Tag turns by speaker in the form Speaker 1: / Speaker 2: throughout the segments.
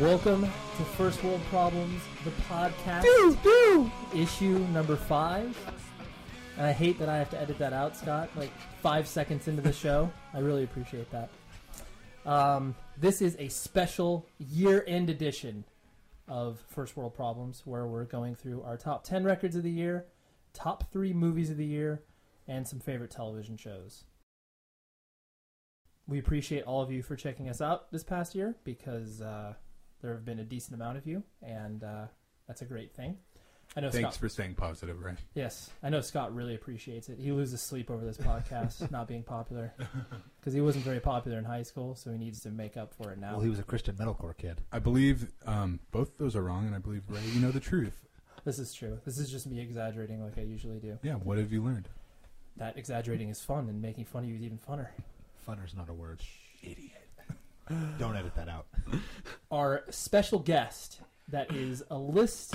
Speaker 1: Welcome to First World Problems, the podcast issue number five. And I hate that I have to edit that out, Scott. Like five seconds into the show, I really appreciate that. Um, this is a special year-end edition of First World Problems, where we're going through our top ten records of the year, top three movies of the year, and some favorite television shows. We appreciate all of you for checking us out this past year because uh, there have been a decent amount of you, and uh, that's a great thing. I know
Speaker 2: Thanks
Speaker 1: Scott,
Speaker 2: for staying positive, Ray.
Speaker 1: Yes, I know Scott really appreciates it. He loses sleep over this podcast not being popular because he wasn't very popular in high school, so he needs to make up for it now.
Speaker 3: Well, he was a Christian metalcore kid.
Speaker 2: I believe um, both those are wrong, and I believe Ray, you know the truth.
Speaker 1: this is true. This is just me exaggerating like I usually do.
Speaker 2: Yeah, what have you learned?
Speaker 1: That exaggerating is fun, and making fun of you is even funner.
Speaker 3: Funner's not a word. Idiot. Don't edit that out.
Speaker 1: Our special guest, that is a list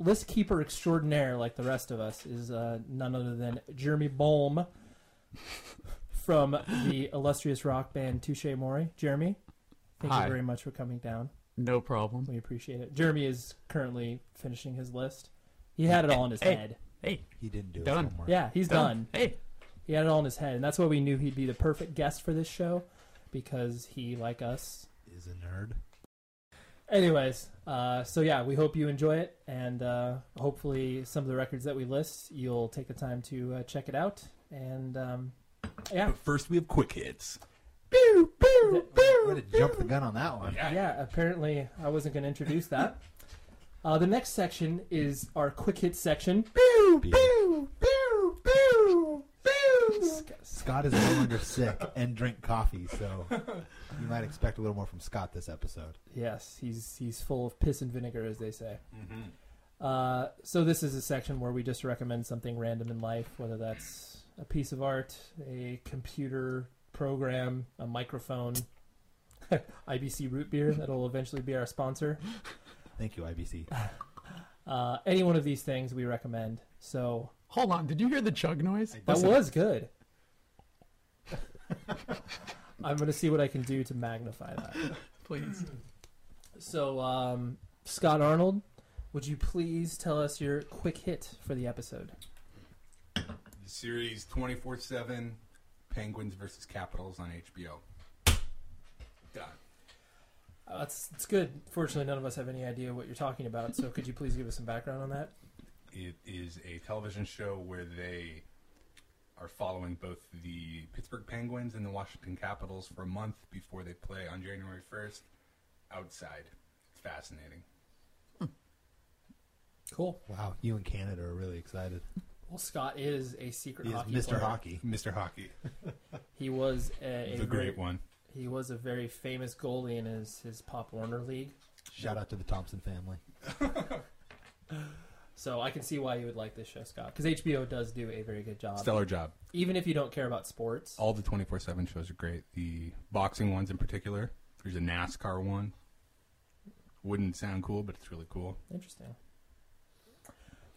Speaker 1: list keeper extraordinaire, like the rest of us, is uh, none other than Jeremy Bohm from the illustrious rock band Touche Mori. Jeremy, thank
Speaker 4: Hi.
Speaker 1: you very much for coming down.
Speaker 4: No problem.
Speaker 1: We appreciate it. Jeremy is currently finishing his list. He had it all in his
Speaker 4: Hey.
Speaker 1: head.
Speaker 4: Hey,
Speaker 3: He didn't do
Speaker 4: Done.
Speaker 3: his homework.
Speaker 1: Yeah, he's done.
Speaker 4: Hey,
Speaker 1: He had it all in his head, and that's why we knew he'd be the perfect guest for this show because he, like us.
Speaker 3: Is a nerd.
Speaker 1: Anyways, uh, so yeah, we hope you enjoy it, and uh, hopefully, some of the records that we list, you'll take the time to uh, check it out. And um, yeah,
Speaker 2: But first, we have quick hits.
Speaker 3: Way to jump the gun on that one.
Speaker 1: yeah, apparently I wasn't going to introduce that. Uh, the next section is our quick hit section.
Speaker 3: Scott is no longer sick and drink coffee, so you might expect a little more from Scott this episode.
Speaker 1: Yes, he's he's full of piss and vinegar, as they say. Uh, so this is a section where we just recommend something random in life, whether that's a piece of art, a computer program, a microphone, IBC root beer that'll eventually be our sponsor.
Speaker 3: Thank you, IBC.
Speaker 1: Uh, any one of these things we recommend. So
Speaker 4: hold on. Did you hear the chug noise?
Speaker 1: that was good. I'm gonna see what I can do to magnify that.
Speaker 4: Please.
Speaker 1: So, um, Scott Arnold, would you please tell us your quick hit for the episode?
Speaker 2: Series 24 7 Penguins versus Capitals on HBO. Done.
Speaker 1: Uh, that's, that's good. Fortunately, none of us have any idea what you're talking about, so could you please give us some background on that?
Speaker 2: It is a television show where they are following both the Pittsburgh Penguins and the Washington Capitals for a month before they play on January 1st outside. It's fascinating.
Speaker 1: Cool.
Speaker 3: Wow, you and Canada are really excited.
Speaker 1: Well, Scott is a secret
Speaker 3: He is
Speaker 1: hockey
Speaker 3: Mr.
Speaker 1: player.
Speaker 3: Hockey.
Speaker 2: Mr. Hockey,
Speaker 1: He was a, a
Speaker 2: the
Speaker 1: very-
Speaker 2: great one.
Speaker 1: He was a very famous goalie in his, his Pop Warner league,
Speaker 3: Shout out to the Thompson family.
Speaker 1: so I can see why you would like this show, Scott, because HBO does do a very good job,
Speaker 2: Stellar job.
Speaker 1: even if you don't care about sports.
Speaker 3: Oh.
Speaker 2: all the 24-7 shows are great the boxing ones in particular there's a nascar one wouldn't sound cool but it's really cool
Speaker 1: Interesting.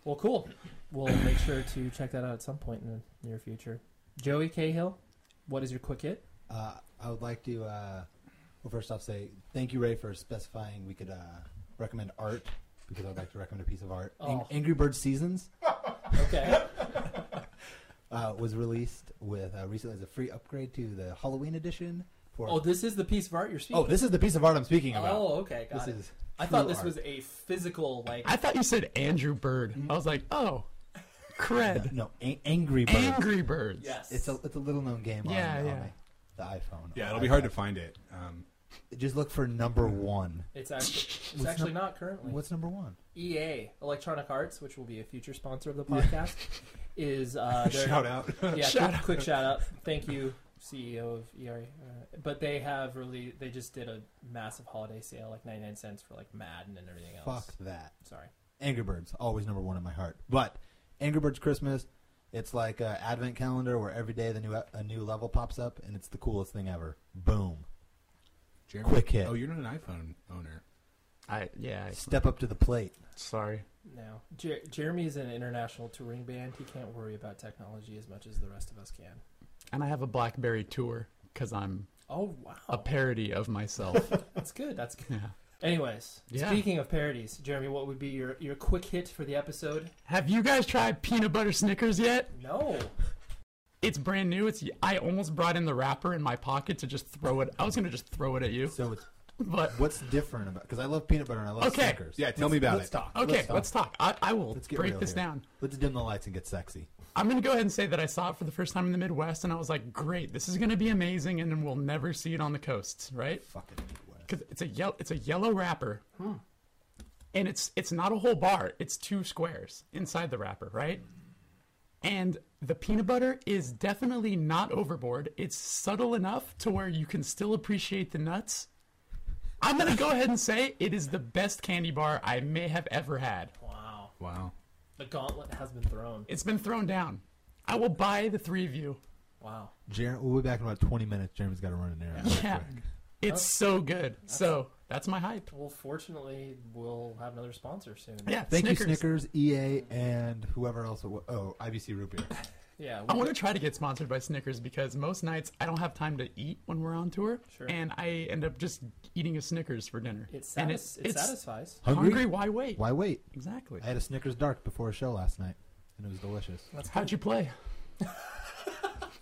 Speaker 1: Well, cool. We'll make sure to check that out at some point in the near future. Joey Cahill, what is your quick hit?
Speaker 3: Uh, I would like to, uh, well, first off, say thank you, Ray, for specifying we could uh, recommend art because I'd like to recommend a piece of art. Ang-
Speaker 1: Oh.
Speaker 3: Angry Bird Seasons
Speaker 1: Okay.
Speaker 3: uh, was released with uh, recently as a free upgrade to the Halloween edition. For
Speaker 1: oh, this is the piece of art you're speaking.
Speaker 3: Oh, this is the piece of art I'm speaking about.
Speaker 1: Oh, okay, got
Speaker 3: this
Speaker 1: it.
Speaker 3: is
Speaker 1: I thought
Speaker 3: true
Speaker 1: this
Speaker 3: art.
Speaker 1: was a physical like.
Speaker 4: I thought you said Andrew Bird. I was like, oh, cred.
Speaker 3: no a- Angry Bird.
Speaker 4: Angry Birds.
Speaker 1: yes.
Speaker 3: It's a it's a little known game.
Speaker 4: Yeah,
Speaker 3: on,
Speaker 4: yeah.
Speaker 3: On the iPhone.
Speaker 2: yeah it'll be hard to find it um,
Speaker 3: Just look for number one.
Speaker 1: It's actually, it's
Speaker 3: What's
Speaker 1: actually
Speaker 3: num-
Speaker 1: not currently.
Speaker 3: What's number one?
Speaker 1: EA Electronic Arts, which will be a future sponsor of the podcast, is uh, their-
Speaker 2: shout out
Speaker 1: yeah,
Speaker 4: Shout
Speaker 1: quick, quick shout out. Thank you, CEO of ERA. Uh, but they have really, they just did a massive holiday sale, like 99 cents for like Madden and everything else.
Speaker 3: Fuck that.
Speaker 1: Sorry.
Speaker 3: Angry Birds always number one in my heart. But Angry Birds Christmas, it's like an advent calendar where every day the new a new level pops up, and it's the coolest thing ever. Boom!
Speaker 2: Jeremy.
Speaker 3: Quick hit.
Speaker 2: oh you're not an iphone owner
Speaker 4: I yeah. I-
Speaker 3: Step up to the plate.
Speaker 4: sorry.
Speaker 1: No. Jer- Jeremy is an international touring band. He can't worry about technology as much as the rest of us can.
Speaker 4: And I have a BlackBerry tour because I'm
Speaker 1: Oh, wow.
Speaker 4: a parody of myself.
Speaker 1: That's good. That's good.
Speaker 4: yeah.
Speaker 1: Anyways,
Speaker 4: Yeah.
Speaker 1: speaking of parodies, Jeremy, what would be your, your quick hit for the episode?
Speaker 4: Have you guys tried peanut butter Snickers yet?
Speaker 1: No.
Speaker 4: It's brand new. It's I almost brought in the wrapper in my pocket to just throw it. I was gonna just throw it at you,
Speaker 3: So it's
Speaker 4: but
Speaker 3: what's different about? Because I love peanut butter and I love
Speaker 4: Okay.
Speaker 3: Snickers.
Speaker 2: Yeah, tell me about
Speaker 3: let's
Speaker 2: it.
Speaker 3: Talk.
Speaker 4: okay,
Speaker 3: let's
Speaker 4: let's
Speaker 3: talk.
Speaker 4: talk. I, I will
Speaker 3: Let's get
Speaker 4: break
Speaker 3: real
Speaker 4: this
Speaker 3: here.
Speaker 4: down.
Speaker 3: Let's dim the lights and get sexy.
Speaker 4: I'm gonna go ahead and say that I saw it for the first time in the Midwest, and I was like, "Great, this is gonna be amazing," and then we'll never see it on the coasts, right?
Speaker 3: Fucking Midwest.
Speaker 4: Because it's a yellow, it's a yellow wrapper, and it's it's not a whole bar; it's two squares inside the wrapper, right? And the peanut butter is definitely not overboard. It's subtle enough to where you can still appreciate the nuts. I'm gonna go ahead and say it is the best candy bar I may have ever had.
Speaker 1: Wow.
Speaker 2: Wow.
Speaker 1: The gauntlet has been thrown.
Speaker 4: It's been thrown down. I will buy the three of you.
Speaker 1: Wow.
Speaker 3: Jer- we'll be back in about 20 minutes. Jeremy's got to run an errand.
Speaker 4: Yeah. It's so good. So that's my hype.
Speaker 1: Well, fortunately, we'll have another sponsor soon.
Speaker 4: Yeah.
Speaker 3: Thank
Speaker 4: Snickers.
Speaker 3: you, Snickers, EA, and whoever else. it wa- Oh, IBC Root Beer.
Speaker 1: Yeah.
Speaker 4: I want to try to get sponsored by Snickers because most nights I don't have time to eat when we're on tour,
Speaker 1: Sure.
Speaker 4: and I end up just eating a Snickers for dinner.
Speaker 1: It,
Speaker 4: and
Speaker 1: satis- it satisfies.
Speaker 4: hungry. Why wait?
Speaker 3: Why wait?
Speaker 4: Exactly.
Speaker 3: I had a Snickers dark before a show last night, and it was delicious.
Speaker 1: That's
Speaker 4: How'd you play?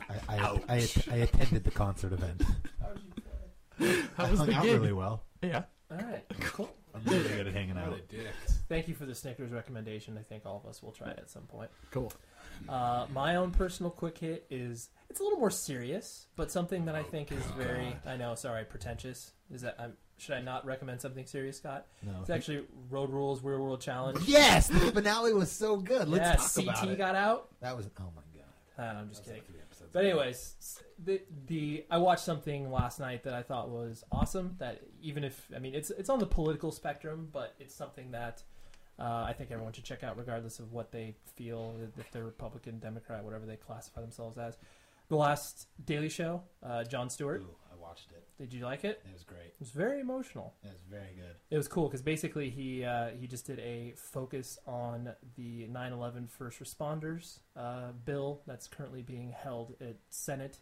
Speaker 3: I, I, I, I, attended the concert event.
Speaker 4: How
Speaker 3: I
Speaker 4: was
Speaker 3: hung
Speaker 4: the
Speaker 3: out
Speaker 4: gig?
Speaker 3: really well.
Speaker 4: Yeah.
Speaker 1: All right. Cool.
Speaker 3: I'm really good at hanging
Speaker 2: What
Speaker 3: out.
Speaker 2: a dick.
Speaker 1: Thank you for the Snickers recommendation. I think all of us will try it at some point.
Speaker 4: Cool.
Speaker 1: Uh, my own personal quick hit is it's a little more serious, but something
Speaker 3: Oh,
Speaker 1: that I think is very I know sorry pretentious is that I'm should I not recommend something serious, Scott?
Speaker 3: No.
Speaker 1: It's actually Road Rules Real World Challenge.
Speaker 3: Yes, the finale was so good. Let's
Speaker 1: yeah,
Speaker 3: talk about
Speaker 1: CT
Speaker 3: it.
Speaker 1: got out.
Speaker 3: that was oh my god.
Speaker 1: Uh, I'm just kidding. But anyways, s- the the I watched something last night that I thought was awesome. That even if I mean it's it's on the political spectrum, but it's something that uh, I think everyone should check out, regardless of what they feel, if they're Republican, Democrat, whatever they classify themselves as. The last Daily Show, uh, John Stewart.
Speaker 3: Ooh, I watched it.
Speaker 1: Did you like it?
Speaker 3: It was great.
Speaker 1: It was very emotional.
Speaker 3: It was very good.
Speaker 1: It was cool because basically he uh, he just did a focus on the 9/11 first responders uh, bill that's currently being held at Senate.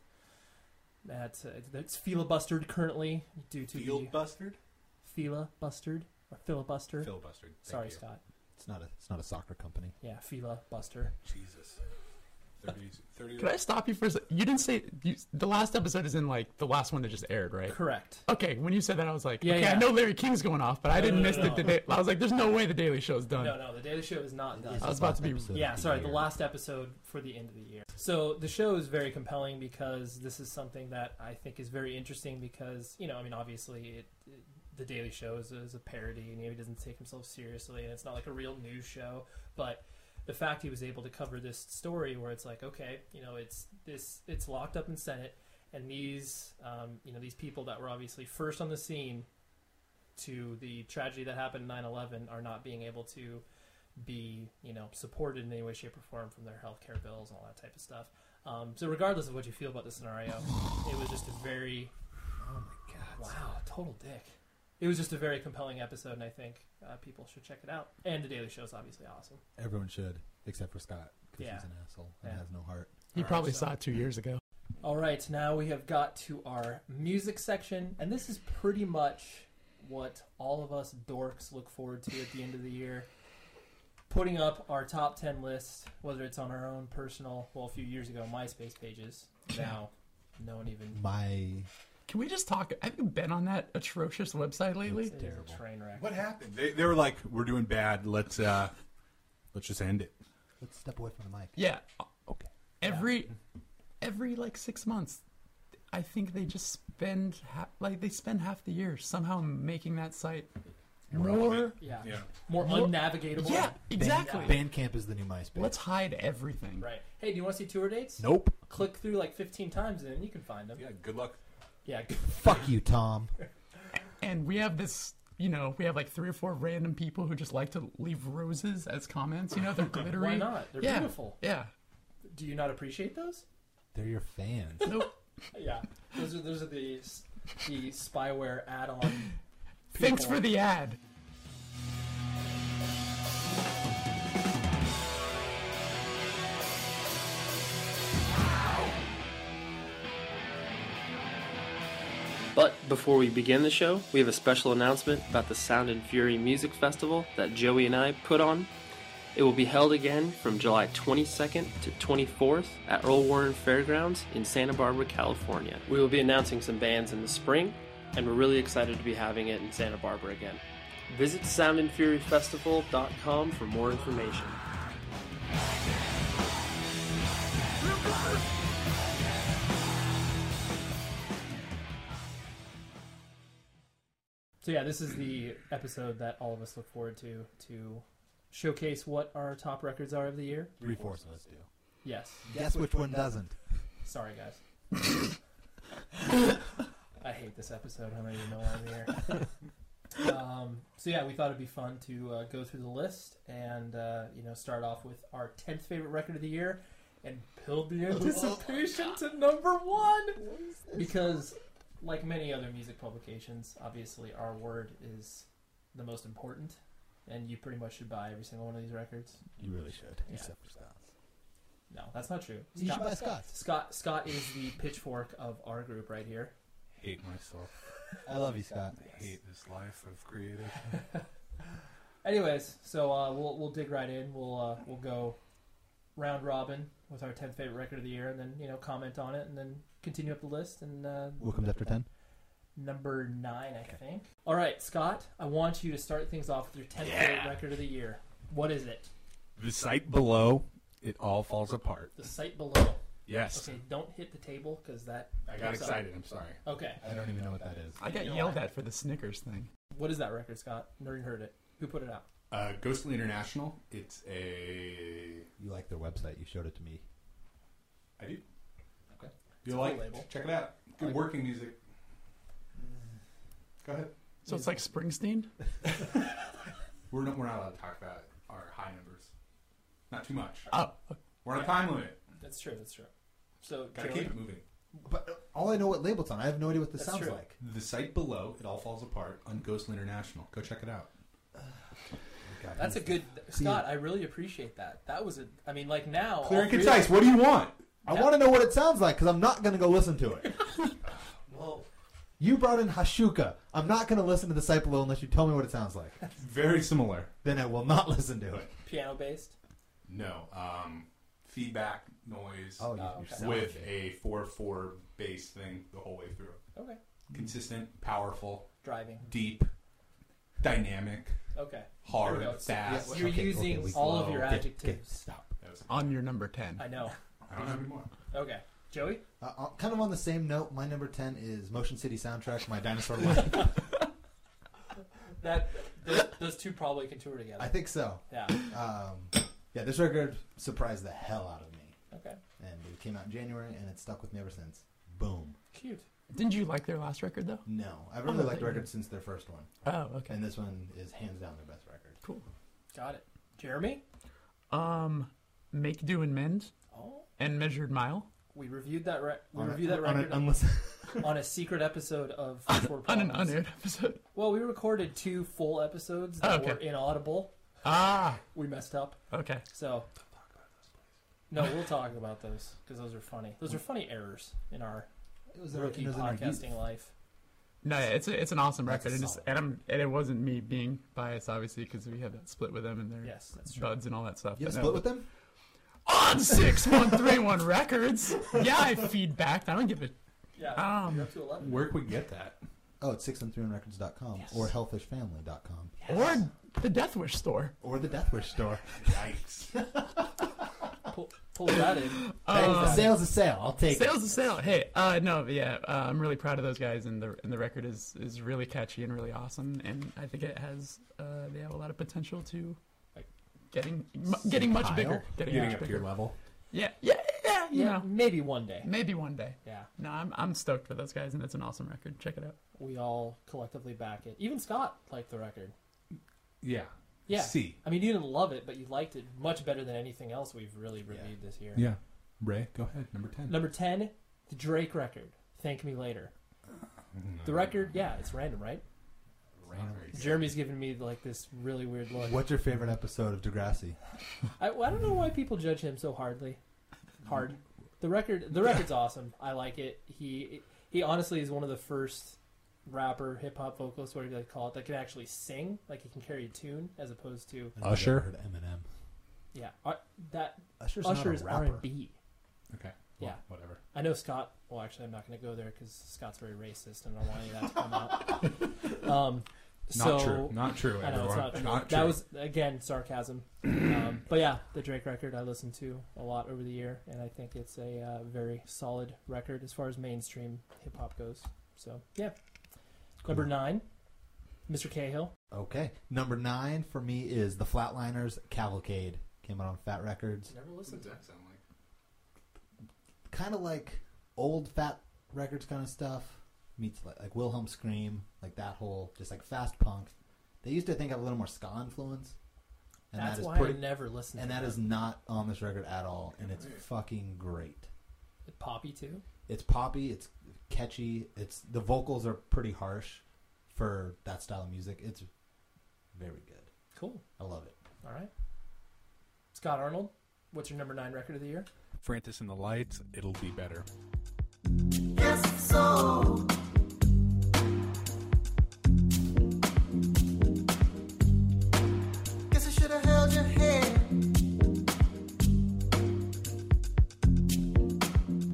Speaker 1: That uh, that's filibustered currently due to
Speaker 2: Field bustered?
Speaker 1: the filibustered or filibuster.
Speaker 2: Filibustered. Thank
Speaker 1: Sorry,
Speaker 2: you.
Speaker 1: Scott.
Speaker 3: It's not a it's not a soccer company.
Speaker 1: Yeah, filibuster.
Speaker 2: Jesus. 30, 30
Speaker 4: Could I stop you for a sec? You didn't say you, the last episode is in like the last one that just aired, right?
Speaker 1: Correct.
Speaker 4: Okay, when you said that, I was like,
Speaker 1: Yeah,
Speaker 4: okay,
Speaker 1: yeah.
Speaker 4: I know Larry King's going off, but
Speaker 1: No,
Speaker 4: I didn't
Speaker 1: no,
Speaker 4: miss
Speaker 1: no,
Speaker 4: that. The,
Speaker 1: no.
Speaker 4: da- I was like, there's no way the Daily Show's done.
Speaker 1: No, no, the Daily Show is not done.
Speaker 3: It's
Speaker 4: I was
Speaker 3: the
Speaker 4: about
Speaker 3: last
Speaker 4: to be-
Speaker 3: episode of
Speaker 1: Yeah,
Speaker 3: the
Speaker 1: sorry, the
Speaker 3: year.
Speaker 1: last episode for the end of the year. So the show is very compelling because this is something that I think is very interesting because, you know, I mean, obviously, it, it- the Daily Show is, is a parody and he doesn't take himself seriously and it's not like a real news show. But the fact he was able to cover this story where it's like, okay, you know, it's this, it's locked up in Senate and these, um, you know, these people that were obviously first on the scene to the tragedy that happened in 9-11 are not being able to be you know supported in any way shape or form from their health care bills and all that type of stuff um, so regardless of what you feel about the scenario it was just a very
Speaker 3: Oh my god.
Speaker 1: wow total dick it was just a very compelling episode and i think uh, people should check it out and the daily show is obviously awesome
Speaker 3: Everyone should, except for Scott, because
Speaker 1: Yeah.
Speaker 3: he's an asshole and
Speaker 1: Yeah.
Speaker 3: has no heart.
Speaker 4: He
Speaker 1: All right,
Speaker 4: probably
Speaker 1: so-
Speaker 4: saw it two years ago.
Speaker 1: All right, now we have got to our music section, and this is pretty much what all of us dorks look forward to at the end of the year. Putting up our top 10 lists, whether it's on our own personal, well, a few years ago, MySpace pages. Now, no one even.
Speaker 3: My
Speaker 4: Can we just talk? Have you been on that atrocious website lately?
Speaker 1: It is
Speaker 3: terrible.
Speaker 1: a train wreck.
Speaker 2: What happened? They, they were like, we're doing bad. Let's uh, let's just end it.
Speaker 3: let's step away from the mic.
Speaker 4: Yeah.
Speaker 3: Okay.
Speaker 4: Every every like six months, I think they just spend ha- like they spend half the year somehow making that site more.
Speaker 1: Yeah.
Speaker 2: Yeah.
Speaker 1: More
Speaker 4: More-
Speaker 1: unnavigatable.
Speaker 4: Yeah, exactly.
Speaker 3: Bandcamp is the new MySpace.
Speaker 4: Let's hide everything.
Speaker 1: Right. Hey, do you want to see tour dates?
Speaker 3: Nope.
Speaker 1: Click through like 15 times and then you can find them.
Speaker 2: Yeah, good luck.
Speaker 1: Yeah.
Speaker 3: Fuck you, Tom.
Speaker 4: And we have this, you know, we have like three or four random people who just like to leave roses as comments. You know, they're glittery.
Speaker 1: Why not? They're
Speaker 4: Yeah.
Speaker 1: beautiful.
Speaker 4: Yeah.
Speaker 1: Do you not appreciate those?
Speaker 3: They're your fans.
Speaker 4: Nope.
Speaker 1: Yeah, those are those are the s- the spyware add-on.
Speaker 4: Thanks
Speaker 1: people.
Speaker 4: for the ad.
Speaker 5: But before we begin the show, we have a special announcement about the Sound and Fury Music Festival that Joey and I put on. It will be held again from July 22nd to 24th at Earl Warren Fairgrounds in Santa Barbara, California. We will be announcing some bands in the spring, and we're really excited to be having it in Santa Barbara again. Visit soundandfuryfestival.com for more information.
Speaker 1: So yeah, this is the episode that all of us look forward to to showcase what our top records are of the year.
Speaker 3: Three fourths of us do.
Speaker 1: Yes.
Speaker 3: Guess which one doesn't?
Speaker 1: Sorry guys. I hate this episode. I don't even know why I'm here. um, so yeah, we thought it'd be fun to uh, go through the list and uh, you know start off with our tenth favorite record of the year and build
Speaker 3: Oh
Speaker 1: the anticipation to number one because, like many other music publications, obviously our word is the most important, and you pretty much should buy every single one of these records.
Speaker 3: You really should. Except for Scott.
Speaker 1: No, that's not true.
Speaker 3: You should
Speaker 1: Scott-
Speaker 3: buy Scott's.
Speaker 1: Scott Scott is the pitchfork of our group right here.
Speaker 2: Hate myself.
Speaker 3: I love you, Scott.
Speaker 2: Hate this life of creative.
Speaker 1: Anyways, so uh, we'll we'll dig right in. We'll uh, we'll go round robin with our tenth favorite record of the year, and then you know comment on it, and then continue up the list. And uh,
Speaker 3: What comes after ten?
Speaker 1: number nine, I think. All right, Scott, I want you to start things off with your tenth favorite
Speaker 2: Yeah.
Speaker 1: record of the year. What is it?
Speaker 2: The site below, it all falls apart.
Speaker 1: The site below.
Speaker 2: Yes.
Speaker 1: Okay, don't hit the table because that.
Speaker 2: I got
Speaker 1: Yes, I-
Speaker 2: excited. I'm sorry.
Speaker 1: Okay,
Speaker 3: I don't even know what that is.
Speaker 4: I got yelled at for the Snickers thing.
Speaker 1: what is that record, Scott? Nerd heard it. Who put it out?
Speaker 2: Uh, Ghostly International. It's a.
Speaker 3: You like their website? You showed it to me.
Speaker 2: I do.
Speaker 1: Okay. a
Speaker 2: You like?
Speaker 1: cool label.
Speaker 2: Check it out. Good working music.
Speaker 1: Mm.
Speaker 2: Go ahead.
Speaker 4: So it's like Springsteen?
Speaker 2: We're not. We're not allowed to talk about our high numbers. Not too much.
Speaker 1: Uh,
Speaker 4: Oh,
Speaker 2: We're on a time limit.
Speaker 1: That's true. That's true. So
Speaker 2: Gotta
Speaker 1: Joey?
Speaker 2: keep it moving.
Speaker 3: But uh, all I know what label it's on. I have no idea what this
Speaker 1: That's
Speaker 3: sounds
Speaker 1: true.
Speaker 3: like.
Speaker 2: The site below, it all falls apart on Ghostly International. Go check it out.
Speaker 3: God,
Speaker 1: That's a
Speaker 3: he's-
Speaker 1: good
Speaker 3: See-
Speaker 1: Scott. I really appreciate that. That was a. I mean, like now.
Speaker 2: Clear
Speaker 1: I'll
Speaker 2: and
Speaker 1: really-
Speaker 2: concise. What do you want?
Speaker 3: I want to know what it sounds like because I'm not going to go listen to it.
Speaker 1: Well,
Speaker 3: You brought in Hashuka. I'm not going to listen to the site below unless you tell me what it sounds like.
Speaker 2: Very similar.
Speaker 3: then I will not listen to it.
Speaker 1: piano based.
Speaker 2: No. Um, feedback noise
Speaker 3: Oh, you,
Speaker 1: Oh,
Speaker 3: you're
Speaker 1: okay.
Speaker 3: sound
Speaker 2: with
Speaker 3: engineer.
Speaker 2: a four four bass thing the whole way through.
Speaker 1: Okay.
Speaker 2: Consistent, powerful,
Speaker 1: Driving.
Speaker 2: deep, dynamic,
Speaker 1: Okay. There we
Speaker 2: hard,
Speaker 1: go.
Speaker 2: fast.
Speaker 1: You're
Speaker 3: Okay,
Speaker 1: using
Speaker 3: okay, we-
Speaker 1: all of
Speaker 2: slow.
Speaker 1: your
Speaker 2: Okay,
Speaker 1: adjectives.
Speaker 3: Stop.
Speaker 2: That was-
Speaker 4: on your number 10.
Speaker 1: I know.
Speaker 2: I don't have any more.
Speaker 1: Okay. Joey.
Speaker 3: Uh, uh, kind of on the same note, my number 10 is Motion City Soundtrack, My Dinosaur Life.
Speaker 1: That those, those two probably can tour together.
Speaker 3: I think so.
Speaker 1: yeah.
Speaker 3: Um, yeah, this record surprised the hell out of me.
Speaker 1: Okay.
Speaker 3: And it came out in January, and it's stuck with me ever since. Boom.
Speaker 1: Cute.
Speaker 4: Didn't you like their last record, though?
Speaker 3: No, I've
Speaker 4: Oh,
Speaker 3: really liked
Speaker 4: thank
Speaker 3: records since their first one.
Speaker 4: Oh, okay.
Speaker 3: And this one is hands down their best record.
Speaker 4: Cool.
Speaker 1: Got it. Jeremy.
Speaker 4: Um, Make, Do, and Mend
Speaker 1: Oh.
Speaker 4: and Measured Mile
Speaker 1: We reviewed that. Re- we
Speaker 3: On a-
Speaker 1: reviewed that
Speaker 3: on
Speaker 1: record
Speaker 3: an unless
Speaker 1: on, a secret episode of Four
Speaker 4: on an
Speaker 1: Problems.
Speaker 4: unaired episode.
Speaker 1: Well, we recorded two full episodes that
Speaker 4: Oh, okay.
Speaker 1: were inaudible.
Speaker 4: Ah,
Speaker 1: We messed up.
Speaker 4: okay.
Speaker 1: So. No, we'll talk about those because those are funny. Those are funny errors in our
Speaker 3: it was their
Speaker 1: rookie
Speaker 3: it was in our youth.
Speaker 1: podcasting life.
Speaker 4: No, yeah, it's a, it's an awesome
Speaker 3: That's
Speaker 4: record,
Speaker 3: a
Speaker 4: and, it's,
Speaker 3: solid
Speaker 4: and, I'm, and it wasn't me being biased, obviously, because we had that split with them and their
Speaker 1: Yes, that's true.
Speaker 4: buds and all that stuff.
Speaker 3: You have
Speaker 4: but no,
Speaker 3: split with them?
Speaker 4: on six one three one records. Yeah, I feedbacked. I don't give a
Speaker 1: Yeah,
Speaker 4: um
Speaker 1: you're up to eleven.
Speaker 2: Where could we get that?
Speaker 3: Oh, it's 613records.com
Speaker 1: Yes.
Speaker 3: or healthishfamily.com
Speaker 4: or the Death Wish store.
Speaker 3: or the Death Wish store.
Speaker 2: Yikes.
Speaker 1: Pull, pull that in.
Speaker 2: Oh.
Speaker 3: Hey, the sale's a sale. I'll take it.
Speaker 4: Sales is sale. Hey, uh, no, but yeah, uh, I'm really proud of those guys, and the and the record is is really catchy and really awesome, and I think it has uh, they have a lot of potential to like getting mu getting much
Speaker 3: Kyle?
Speaker 4: bigger, getting,
Speaker 2: Getting
Speaker 4: much
Speaker 2: up to
Speaker 4: bigger.
Speaker 2: your level.
Speaker 4: Yeah, yeah, yeah. You know,
Speaker 1: maybe one day.
Speaker 4: maybe one day.
Speaker 1: Yeah,
Speaker 4: No, I'm I'm stoked for those guys, and it's an awesome record. Check it out.
Speaker 1: we all collectively back it. Even Scott liked the record.
Speaker 2: Yeah.
Speaker 1: Yeah,
Speaker 2: C.
Speaker 1: I mean, you didn't love it, but you liked it much better than anything else we've really reviewed this year.
Speaker 2: Yeah. Ray, go ahead. Number 10.
Speaker 1: Number ten, the Drake record. Thank me later. The record, yeah, it's random, right? Jeremy's giving me like this really weird look.
Speaker 3: What's your favorite episode of Degrassi?
Speaker 1: I, I don't know why people judge him so hardly. Hard. The record, the record's awesome. I like it. He he honestly is one of the first rapper, hip hop vocalist, whatever they call it, that can actually sing, like he can carry a tune, as opposed to
Speaker 3: I've never
Speaker 2: Usher?
Speaker 3: heard Eminem.
Speaker 1: yeah, uh, that
Speaker 3: Usher's
Speaker 1: Usher
Speaker 3: not
Speaker 1: is
Speaker 3: a
Speaker 1: R
Speaker 3: rapper.
Speaker 1: and B.
Speaker 2: Okay.
Speaker 1: Yeah.
Speaker 2: Whatever.
Speaker 1: I know Scott. Well, actually, I'm not going to go there because Scott's very racist, and I don't want any of that to come out. Um,
Speaker 2: Not
Speaker 1: so
Speaker 2: true. Not true.
Speaker 1: I know it's
Speaker 2: everyone.
Speaker 1: not true. That was again sarcasm. um, but yeah, the Drake record I listened to a lot over the year, and I think it's a uh, very solid record as far as mainstream hip hop goes. So yeah, number nine, Mr. Cahill.
Speaker 3: Okay. Number nine for me is The Flatliners Cavalcade. Came out on Fat Records.
Speaker 1: Never
Speaker 2: What
Speaker 1: listened
Speaker 2: does that sound like?
Speaker 3: Kind of like old Fat Records kind of stuff. Meets like, like Wilhelm Scream, like that whole, just like fast punk. They used to, I think, have a little more ska influence. And
Speaker 1: That's
Speaker 3: that is
Speaker 1: why
Speaker 3: pretty,
Speaker 1: I never listened.
Speaker 3: And
Speaker 1: to
Speaker 3: that is not on this record at all. And it's
Speaker 2: Right.
Speaker 3: fucking great.
Speaker 1: Poppy too.
Speaker 3: It's poppy. It's catchy. It's the vocals are pretty harsh for that style of music. It's very good.
Speaker 1: Cool.
Speaker 3: I love it.
Speaker 1: All right. Scott Arnold, what's your number nine record of the year?
Speaker 2: Francis and the Lights. It'll be better.
Speaker 6: Guess I should have held your hand.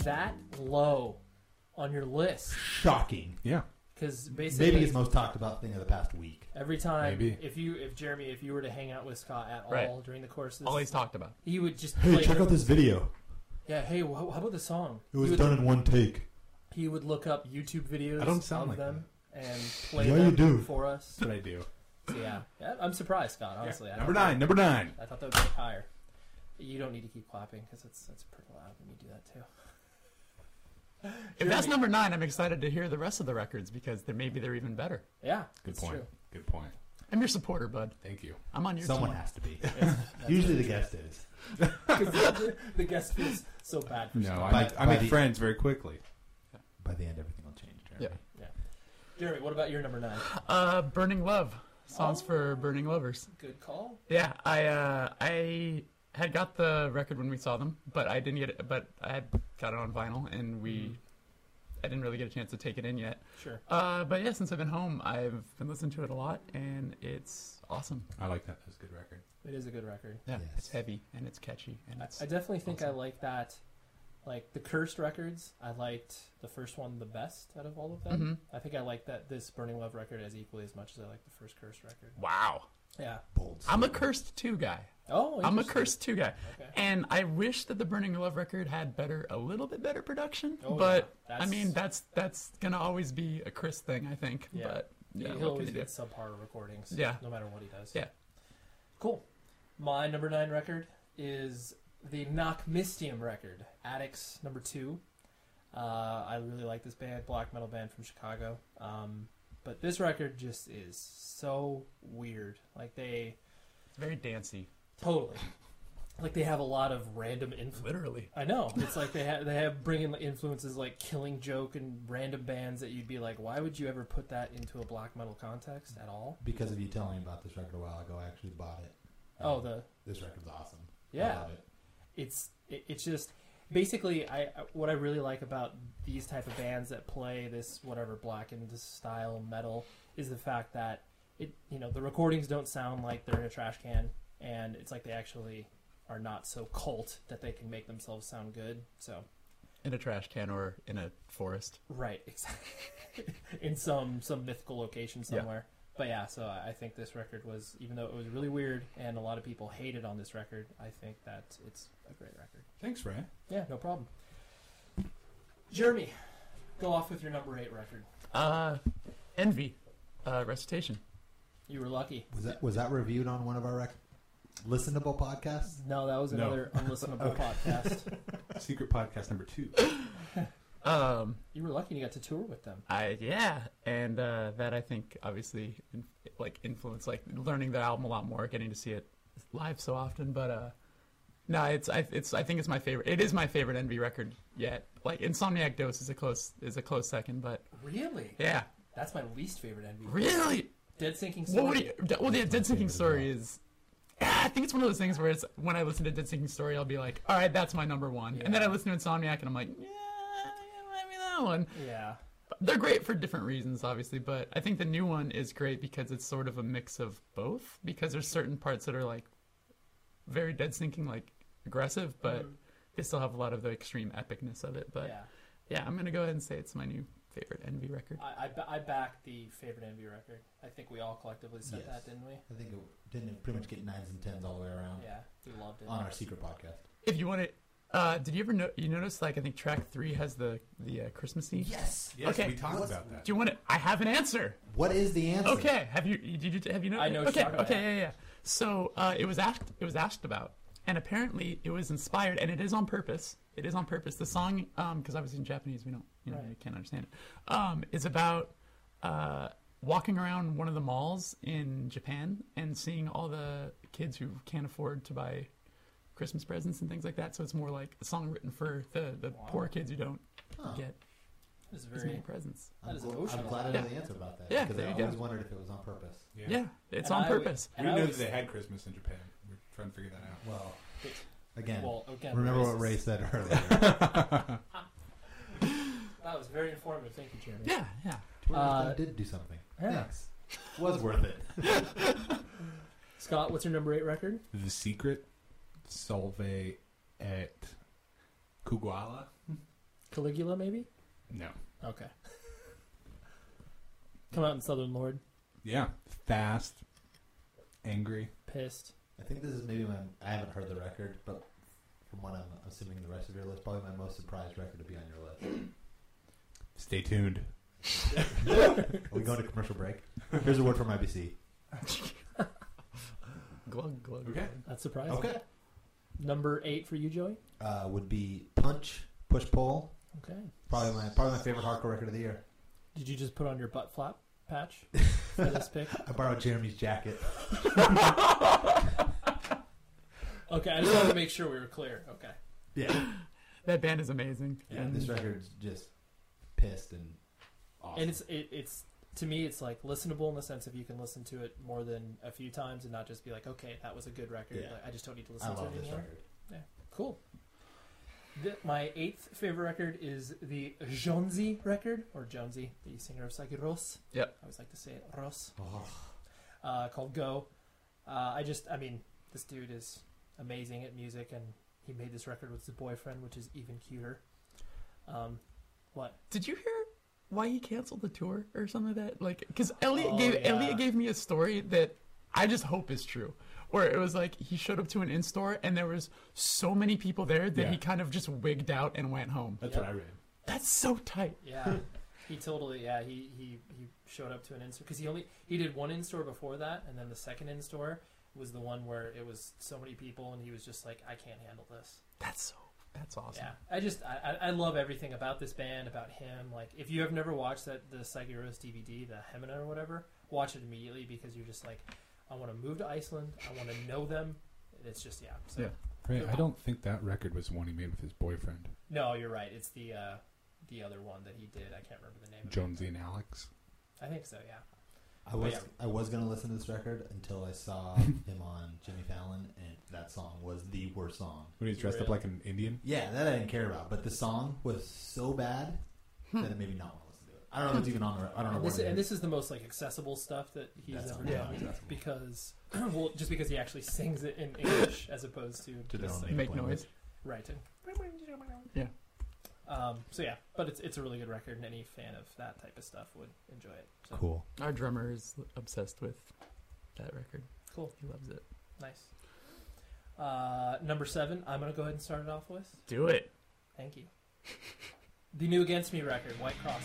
Speaker 1: That low on your list
Speaker 3: Shocking.
Speaker 2: Yeah.
Speaker 1: because basically
Speaker 3: Maybe his most talked about thing of the past week.
Speaker 1: Every time,
Speaker 2: Maybe.
Speaker 1: if you, if Jeremy, if you were to hang out with Scott at all
Speaker 4: Right.
Speaker 1: during the course of this,
Speaker 4: Always talked about.
Speaker 1: he would just
Speaker 3: Hey,
Speaker 1: play-
Speaker 3: check out this video.
Speaker 1: Yeah, hey, wh- how about the song? he
Speaker 3: It was
Speaker 1: would,
Speaker 3: done in one take.
Speaker 1: He would look up YouTube videos
Speaker 2: I don't sound
Speaker 1: of
Speaker 2: like
Speaker 1: them and play
Speaker 3: Yeah, you
Speaker 1: them
Speaker 3: do.
Speaker 1: for us.
Speaker 2: That's what I do.
Speaker 1: So, yeah. yeah, I'm surprised, Scott. Honestly, I
Speaker 2: Number
Speaker 1: don't-
Speaker 2: nine. Number nine.
Speaker 1: I thought that would be higher. You don't need to keep clapping because it's that's pretty loud when you do that too.
Speaker 4: If that's number nine, I'm excited to hear the rest of the records because there, maybe they're even better.
Speaker 1: Yeah,
Speaker 2: Good
Speaker 1: it's
Speaker 2: point.
Speaker 1: True.
Speaker 2: Good point.
Speaker 4: I'm your supporter, bud.
Speaker 2: Thank you.
Speaker 4: I'm on your
Speaker 3: Someone
Speaker 4: team.
Speaker 3: has to be. Usually the guest is.
Speaker 1: 'Cause the, the guest feels so bad. For
Speaker 2: No, I
Speaker 3: By-
Speaker 2: make, I
Speaker 3: by
Speaker 2: make
Speaker 3: the-
Speaker 2: friends very quickly.
Speaker 3: By the end, everything will change. Jeremy.
Speaker 4: Yeah.
Speaker 1: Yeah. Jeremy, what about your number nine?
Speaker 4: Uh, Burning Love. Songs for Burning Lovers.
Speaker 1: Good call.
Speaker 4: Yeah, I uh, I had got the record when we saw them, but I didn't get it. But I had got it on vinyl, and we,
Speaker 1: Mm-hmm.
Speaker 4: I didn't really get a chance to take it in yet.
Speaker 1: Sure.
Speaker 4: Uh, but yeah, since I've been home, I've been listening to it a lot, and it's awesome.
Speaker 2: I like that. That's a good record.
Speaker 1: It is a good record.
Speaker 4: Yeah,
Speaker 3: Yes.
Speaker 4: it's heavy and it's catchy, and
Speaker 1: I-
Speaker 4: it's
Speaker 1: I definitely think I
Speaker 4: awesome.
Speaker 1: like that. Like the cursed records, I liked the first one the best out of all of them.
Speaker 4: Mm-hmm.
Speaker 1: I think I like that this Burning Love record as equally as much as I like the first cursed record.
Speaker 4: wow.
Speaker 1: Yeah.
Speaker 3: Bold.
Speaker 4: I'm a
Speaker 3: statement.
Speaker 4: cursed two guy.
Speaker 1: Oh,
Speaker 4: I'm a
Speaker 1: interesting.
Speaker 4: cursed two guy,
Speaker 1: Okay.
Speaker 4: and I wish that the Burning Love record had better, a little bit better production.
Speaker 1: Oh,
Speaker 4: but
Speaker 1: yeah.
Speaker 4: I
Speaker 1: That's-
Speaker 4: mean, that's that's gonna always be a Chris thing, I think.
Speaker 1: Yeah.
Speaker 4: But yeah,
Speaker 1: He'll
Speaker 4: what can
Speaker 1: always
Speaker 4: you do?
Speaker 1: get subpar recordings.
Speaker 4: Yeah.
Speaker 1: No matter what he does.
Speaker 4: Yeah.
Speaker 1: Cool. My number nine record is the Knock Mistium record, Addicts number two. Uh, I really like this band, black metal band from Chicago. Um, but this record just is so weird. Like they
Speaker 4: It's very dancey,
Speaker 1: Totally. Like they have a lot of random influence.
Speaker 4: literally.
Speaker 1: I know. It's like they have they have bringing influences like Killing Joke and random bands that you'd be like, why would you ever put that into a black metal context at all?
Speaker 3: Because of you telling me about this record a while ago, I actually bought it.
Speaker 1: Oh,
Speaker 3: Um,
Speaker 1: the
Speaker 3: this record's awesome. I
Speaker 1: yeah.
Speaker 3: love it.
Speaker 1: It's it, it's just basically I what I really like about these type of bands that play this whatever black and this style metal is the fact that it you know the recordings don't sound like they're in a trash can and it's like they actually are not so cult that they can make themselves sound good. So
Speaker 4: in a trash can or in a forest.
Speaker 1: Right, exactly. In some some mythical location
Speaker 4: Yeah.
Speaker 1: somewhere. But yeah, so I I think this record was, even though it was really weird and a lot of people hated on this record, I think that it's a great record.
Speaker 2: Thanks, Ray.
Speaker 1: Yeah, no problem. Jeremy, go off with your number eight record.
Speaker 4: Uh, envy, uh, recitation.
Speaker 1: You were lucky.
Speaker 3: Was that was that reviewed on one of our rec- listenable podcasts?
Speaker 1: No, that was
Speaker 2: No.
Speaker 1: another unlistenable podcast.
Speaker 2: Secret podcast number two.
Speaker 4: Um,
Speaker 1: You were lucky you got to tour with them.
Speaker 4: I yeah, and uh, that I think obviously in, like influenced like learning the album a lot more, getting to see it live so often. But uh, no, it's I it's I think it's my favorite. It is my favorite envy record yet. Like Insomniac Dose is a close is a close second, but
Speaker 1: Really?
Speaker 4: yeah,
Speaker 1: That's my least favorite NB.
Speaker 4: really
Speaker 1: Dead Sinking
Speaker 4: What
Speaker 1: Story.
Speaker 4: would you, well, yeah, Dead
Speaker 3: favorite
Speaker 4: Sinking
Speaker 3: as
Speaker 4: Story
Speaker 3: well.
Speaker 4: is. I think it's one of those things where it's when I listen to Dead Sinking Story, I'll be like, all right, that's my number one. And then I
Speaker 1: Yeah.
Speaker 4: listen to Insomniac, and I'm like, yeah, yeah, maybe that one.
Speaker 1: Yeah.
Speaker 4: But they're great for different reasons, obviously, but I think the new one is great because it's sort of a mix of both. Because there's certain parts that are like very dead sinking, like aggressive, but they still have a lot of the extreme epicness of it. But yeah,
Speaker 1: yeah.
Speaker 4: I'm gonna go ahead and say it's my new favorite Envy record.
Speaker 1: I, I, ba- I backed the favorite envy record. I think we all collectively said
Speaker 3: Yes.
Speaker 1: that, didn't we?
Speaker 3: I think it didn't pretty much get nines and tens all the way around
Speaker 1: Yeah, we loved it.
Speaker 3: on our secret podcast.
Speaker 4: If you want to, uh, did you ever no- you notice like I think track three has the the uh, Christmassy?
Speaker 3: Yes.
Speaker 2: Yes,
Speaker 4: Okay.
Speaker 2: we talked
Speaker 3: What's-
Speaker 2: about that.
Speaker 4: Do you want to? I have an answer.
Speaker 3: What is the answer?
Speaker 4: Okay. Have you did you have you know?
Speaker 1: I know what
Speaker 4: Okay.
Speaker 1: you're talking about,
Speaker 4: Okay.
Speaker 1: yeah.
Speaker 4: Yeah. Yeah. So uh, it was asked. It was asked about, and apparently it was inspired, and it is on purpose. It is on purpose. The song, because obviously in Japanese we don't, you know, we can't understand it. Um, is about uh, walking around one of the malls in Japan and seeing all the kids who can't afford to buy Christmas presents and things like that. So it's more like a song written for the the poor kids who don't
Speaker 3: Huh.
Speaker 1: It
Speaker 4: get
Speaker 1: was
Speaker 4: as many
Speaker 1: very.
Speaker 4: presents.
Speaker 3: I'm,
Speaker 1: That is
Speaker 3: gl-
Speaker 1: emotional.
Speaker 3: I'm glad I know
Speaker 4: Yeah.
Speaker 3: the answer about that.
Speaker 4: Yeah,
Speaker 3: because
Speaker 4: there
Speaker 3: I
Speaker 4: you go.
Speaker 3: always wondered if it was on purpose.
Speaker 2: Yeah.
Speaker 4: Yeah, it's
Speaker 1: and
Speaker 4: on
Speaker 1: I-
Speaker 4: purpose.
Speaker 2: We
Speaker 1: and
Speaker 2: didn't
Speaker 1: I
Speaker 2: know
Speaker 1: was-
Speaker 2: that they had Christmas in Japan. We're trying to figure that out.
Speaker 3: Well, again,
Speaker 1: Well, again,
Speaker 3: remember
Speaker 1: racist.
Speaker 3: what Ray said earlier.
Speaker 1: That was very informative. Thank you, Jeremy.
Speaker 4: yeah, yeah.
Speaker 7: Uh,
Speaker 3: I did do something.
Speaker 7: yeah.
Speaker 3: Thanks. Was worth it.
Speaker 7: Scott, what's your number eight record?
Speaker 2: The Secret, Solve at Kuguala.
Speaker 7: Caligula, maybe.
Speaker 2: No.
Speaker 7: Okay. Come out in Southern Lord,
Speaker 2: Yeah. Fast, angry.
Speaker 7: pissed.
Speaker 3: I think this is maybe my. I haven't heard the record, but from what I'm assuming the rest of your list, probably my most surprised record to be on your list.
Speaker 2: Stay tuned.
Speaker 3: Are we going to commercial break? Here's a word from IBC.
Speaker 4: Glug glug.
Speaker 2: Okay.
Speaker 4: glug.
Speaker 7: That's surprising. Number eight for you, Joey.
Speaker 3: Uh, would be punch, push, pull.
Speaker 7: Okay.
Speaker 3: Probably my probably my favorite hardcore record of the year.
Speaker 7: Did you just put on your butt flap patch for this pick?
Speaker 3: I borrowed Jeremy's jacket.
Speaker 1: Okay, I just wanted to make sure we were clear. Okay.
Speaker 3: Yeah,
Speaker 4: That band is amazing. and
Speaker 3: this record's just pissed and
Speaker 2: Awesome.
Speaker 1: And it's it, it's to me it's like listenable in the sense of you can listen to it more than a few times and not just be like, okay, that was a good record.
Speaker 3: Yeah.
Speaker 1: Like, I just don't need to
Speaker 3: I
Speaker 1: listen to
Speaker 3: love
Speaker 1: it
Speaker 3: this
Speaker 1: anymore.
Speaker 3: record.
Speaker 1: Cool. Th my eighth favorite record is the Jonesy record, or Jonesy, the singer of Psyche Ross.
Speaker 4: Yep.
Speaker 1: I always like to say it, Ross,
Speaker 3: Oh,
Speaker 1: uh, called Go. Uh, I just, I mean, this dude is amazing at music, and he made this record with his boyfriend, which is even cuter. Um, what?
Speaker 4: Did you hear why he canceled the tour or something like that? Like, because Elliot
Speaker 1: Oh,
Speaker 4: gave
Speaker 1: yeah.
Speaker 4: Elliot gave me a story that I just hope is true. Where it was like he showed up to an in store and there was so many people there that
Speaker 2: Yeah.
Speaker 4: he kind of just wigged out and went home.
Speaker 2: That's
Speaker 1: Yep.
Speaker 2: what I read.
Speaker 4: That's so tight.
Speaker 1: Yeah, he totally. Yeah, he he he showed up to an in store because he only he did one in store before that, and then the second in store was the one where it was so many people, and he was just like, I can't handle this.
Speaker 4: That's so. That's awesome.
Speaker 1: Yeah, I just I, I I love everything about this band, about him. Like, if you have never watched that the Psyche Rose DVD, the Hemina or whatever, watch it immediately because you're just like, I want to move to Iceland. I want to know them. It's just yeah. So
Speaker 4: Yeah.
Speaker 2: Ray, I don't think that record was the one he made with his boyfriend,
Speaker 1: no, you're right. It's the uh, the other one that he did. I can't remember the name. of
Speaker 2: Jonesy and Alex.
Speaker 1: it. I think so. Yeah.
Speaker 3: I was
Speaker 1: yeah.
Speaker 3: I was gonna listen to this record until I saw him on Jimmy Fallon, and that song was the worst song.
Speaker 2: When he's dressed up
Speaker 1: Really?
Speaker 2: like an Indian.
Speaker 3: Yeah, that I didn't care about, but the song was so bad that it made me not want to listen to it. I don't know if it's even on. the I don't know.
Speaker 1: Hmm. And
Speaker 3: what
Speaker 1: this,
Speaker 3: it
Speaker 1: and
Speaker 3: is.
Speaker 1: this is the most like accessible stuff that he's
Speaker 3: That's
Speaker 1: ever
Speaker 3: not- yeah,
Speaker 1: done
Speaker 3: accessible.
Speaker 1: because well, just because he actually sings it in English as opposed to
Speaker 3: To their
Speaker 1: just
Speaker 3: own
Speaker 1: like,
Speaker 3: Yeah.
Speaker 4: Make noise.
Speaker 1: writing.
Speaker 4: Yeah.
Speaker 1: Um, so yeah, but it's it's a really good record, and any fan of that type of stuff would enjoy it. So,
Speaker 3: cool.
Speaker 4: Our drummer is obsessed with that record.
Speaker 1: Cool.
Speaker 4: He loves it.
Speaker 1: Nice. Uh, number seven, I'm gonna go ahead and start it off with.
Speaker 4: Do it.
Speaker 1: Thank you. the new Against Me record, White Cross.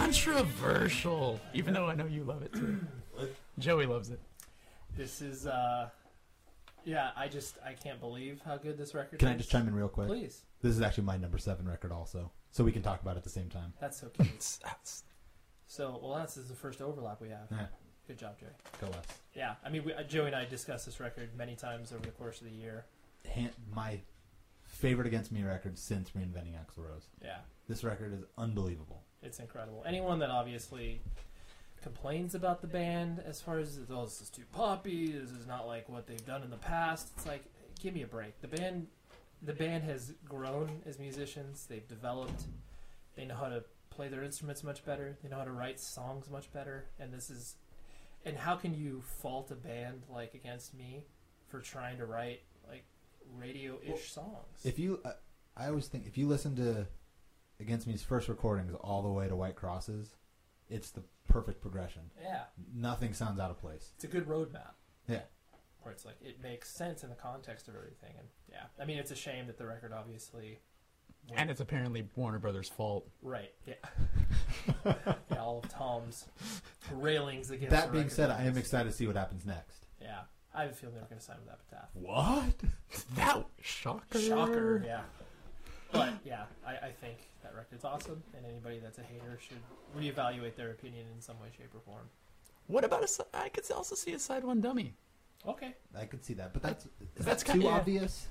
Speaker 4: Controversial. Even though I know you love it too. Joey loves it.
Speaker 1: This is uh, yeah, I just I can't believe how good this record.
Speaker 3: Can
Speaker 1: is.
Speaker 3: I just chime in real quick?
Speaker 1: Please,
Speaker 3: This is actually my number seven record, also, so we can talk about it at the same time.
Speaker 1: that's so cute.
Speaker 4: It's- that's-
Speaker 1: So, well, that's this is the first overlap we have.
Speaker 3: Yeah.
Speaker 1: Good job, Joey.
Speaker 3: Go us.
Speaker 1: Yeah, I mean, we, Joey and I discussed this record many times over the course of the year.
Speaker 3: Han- my favorite against me record since reinventing Axl Rose.
Speaker 1: Yeah,
Speaker 3: This record is unbelievable.
Speaker 1: it's incredible. Anyone that obviously complains about the band as far as oh this is too poppy, this is not like what they've done in the past. It's like give me a break. The band, the band has grown as musicians. They've developed. They know how to play their instruments much better. They know how to write songs much better. And this is, and how can you fault a band like Against Me for trying to write like radio-ish songs?
Speaker 3: If you, uh, I always think if you listen to Against Me's first recordings all the way to White Crosses, it's the perfect progression.
Speaker 1: yeah,
Speaker 3: Nothing sounds out of place.
Speaker 1: it's a good roadmap.
Speaker 3: Yeah.
Speaker 1: where it's like it makes sense in the context of everything. And yeah, I mean, it's a shame that the record obviously. went-
Speaker 4: And it's apparently Warner Brothers' fault.
Speaker 1: right, yeah. yeah, all of Tom's railings against.
Speaker 3: that
Speaker 1: the
Speaker 3: being
Speaker 1: record
Speaker 3: said, I am
Speaker 1: labels.
Speaker 3: excited to see what happens next.
Speaker 1: Yeah, I have a feeling they're going to sign with Epitaph.
Speaker 3: What?
Speaker 4: That shocker.
Speaker 1: Shocker, yeah. But yeah, I, I think that record's awesome, and anybody that's a hater should reevaluate their opinion in some way, shape, or form.
Speaker 4: What about a si- I could also see a side one dummy.
Speaker 1: Okay,
Speaker 3: I could see that, but that's is
Speaker 4: That's
Speaker 3: that
Speaker 4: kind-
Speaker 3: too
Speaker 4: yeah.
Speaker 3: obvious.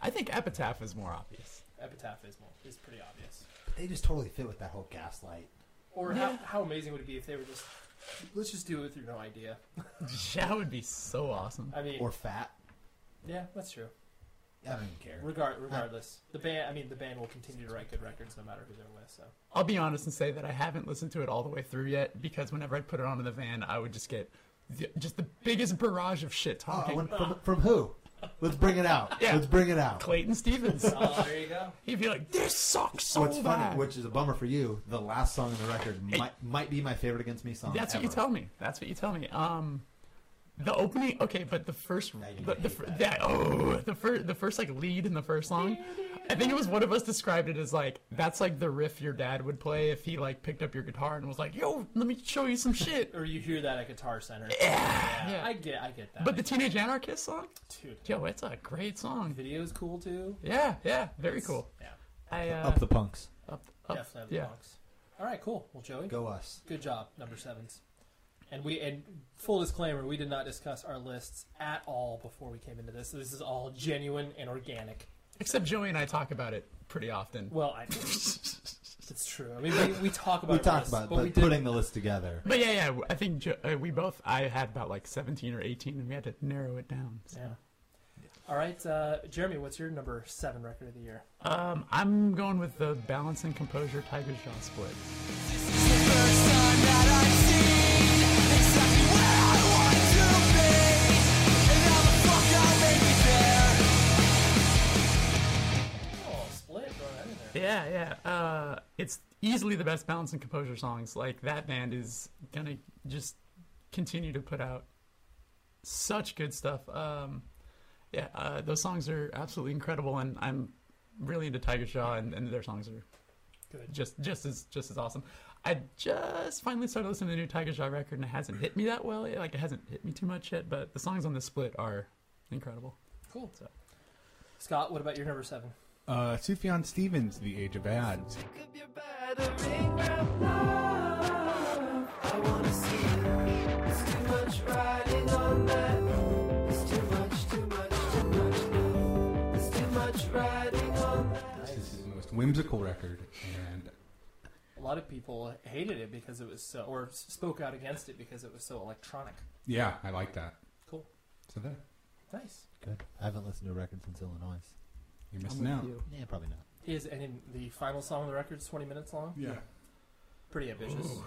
Speaker 4: I think Epitaph is more obvious.
Speaker 1: Epitaph is more, is pretty obvious.
Speaker 3: But they just totally fit with that whole gaslight.
Speaker 1: Or
Speaker 4: Yeah.
Speaker 1: how, how amazing would it be if they were just let's just do it through no idea.
Speaker 4: That would be so awesome.
Speaker 1: I mean,
Speaker 3: Or fat.
Speaker 1: yeah, that's true.
Speaker 3: I don't even care.
Speaker 1: Regard, regardless, the band. I mean, the band will continue to write good records no matter who they're with. So
Speaker 4: I'll be honest and say that I haven't listened to it all the way through yet because whenever I'd put it on in the van, I would just get the, just the biggest barrage of shit
Speaker 3: Oh, I
Speaker 4: talking.
Speaker 3: want- from, from who? Let's bring it out.
Speaker 4: Ah. Yeah.
Speaker 3: Let's bring it out.
Speaker 4: Clayton Stevens.
Speaker 1: oh, there you go.
Speaker 4: He'd be like, "This sucks so
Speaker 3: What's
Speaker 4: bad."
Speaker 3: funny, which is a bummer for you, the last song in the record might, might be my favorite Against Me song.
Speaker 4: That's what you
Speaker 3: ever.
Speaker 4: tell me. That's what you tell me. Um, the opening. Okay, but the first,
Speaker 3: Now you're
Speaker 4: the,
Speaker 3: gonna
Speaker 4: the,
Speaker 3: hate
Speaker 4: fir- that. oh, the first, the first like lead in the first song. I think it was one of us described it as like that's like the riff your dad would play if he like picked up your guitar and was like, "Yo, let me show you some shit."
Speaker 1: Or you hear that at Guitar Center.
Speaker 4: Yeah.
Speaker 1: I get, I get that.
Speaker 4: But the Teenage Anarchist song,
Speaker 1: dude,
Speaker 4: yo, it's a great song.
Speaker 1: video's cool too.
Speaker 4: Yeah, yeah, very cool.
Speaker 1: Yeah,
Speaker 4: I uh,
Speaker 3: Up the punks.
Speaker 4: up, up,
Speaker 1: definitely
Speaker 4: yeah.
Speaker 1: have the box. All right, cool. Well, Joey,
Speaker 3: Go us.
Speaker 1: good job, number sevens. And we and full disclaimer, we did not discuss our lists at all before we came into this. So this is all genuine and organic.
Speaker 4: Except Joey and I talk about it pretty often.
Speaker 1: Well, I, it's true. I mean, we, we talk about
Speaker 3: We
Speaker 1: our
Speaker 3: talked
Speaker 1: lists,
Speaker 3: about it,
Speaker 1: but we
Speaker 3: but
Speaker 1: did
Speaker 3: putting the list together.
Speaker 4: But yeah, yeah, I think Jo- uh, we both. I had about like seventeen or eighteen, and we had to narrow it down. so.
Speaker 1: Yeah. All right, uh, Jeremy, what's your number seven record of the year?
Speaker 4: Um, I'm going with the balance and composure Tiger's Jaw split.
Speaker 1: Oh, Split. Throwing that in there.
Speaker 4: Yeah, yeah. Uh, it's easily the best balance and composure songs. Like that band is gonna just continue to put out such good stuff. Um, yeah, uh, those songs are absolutely incredible, and I'm really into Tiger Shaw, and, and their songs are
Speaker 1: Good.
Speaker 4: just just as just as awesome. I just finally started listening to the new Tiger Shaw record, and it hasn't hit me that well. Yet. Like it hasn't hit me too much yet, but the songs on this split are incredible.
Speaker 1: Cool.
Speaker 4: So.
Speaker 1: Scott, what about your number seven?
Speaker 2: Uh, Sufjan Stevens, The Age of Ads. This is the most whimsical record, and
Speaker 1: A lot of people hated it because it was so, or s- spoke out against it because it was so electronic.
Speaker 2: yeah, I like that.
Speaker 1: Cool.
Speaker 2: So there,
Speaker 1: Nice.
Speaker 3: Good. I haven't listened to a record since Illinois.
Speaker 2: you're missing out.
Speaker 3: Yeah, probably not.
Speaker 1: Is and in the final song of the record is 20 minutes long.
Speaker 2: Yeah.
Speaker 1: Pretty ambitious.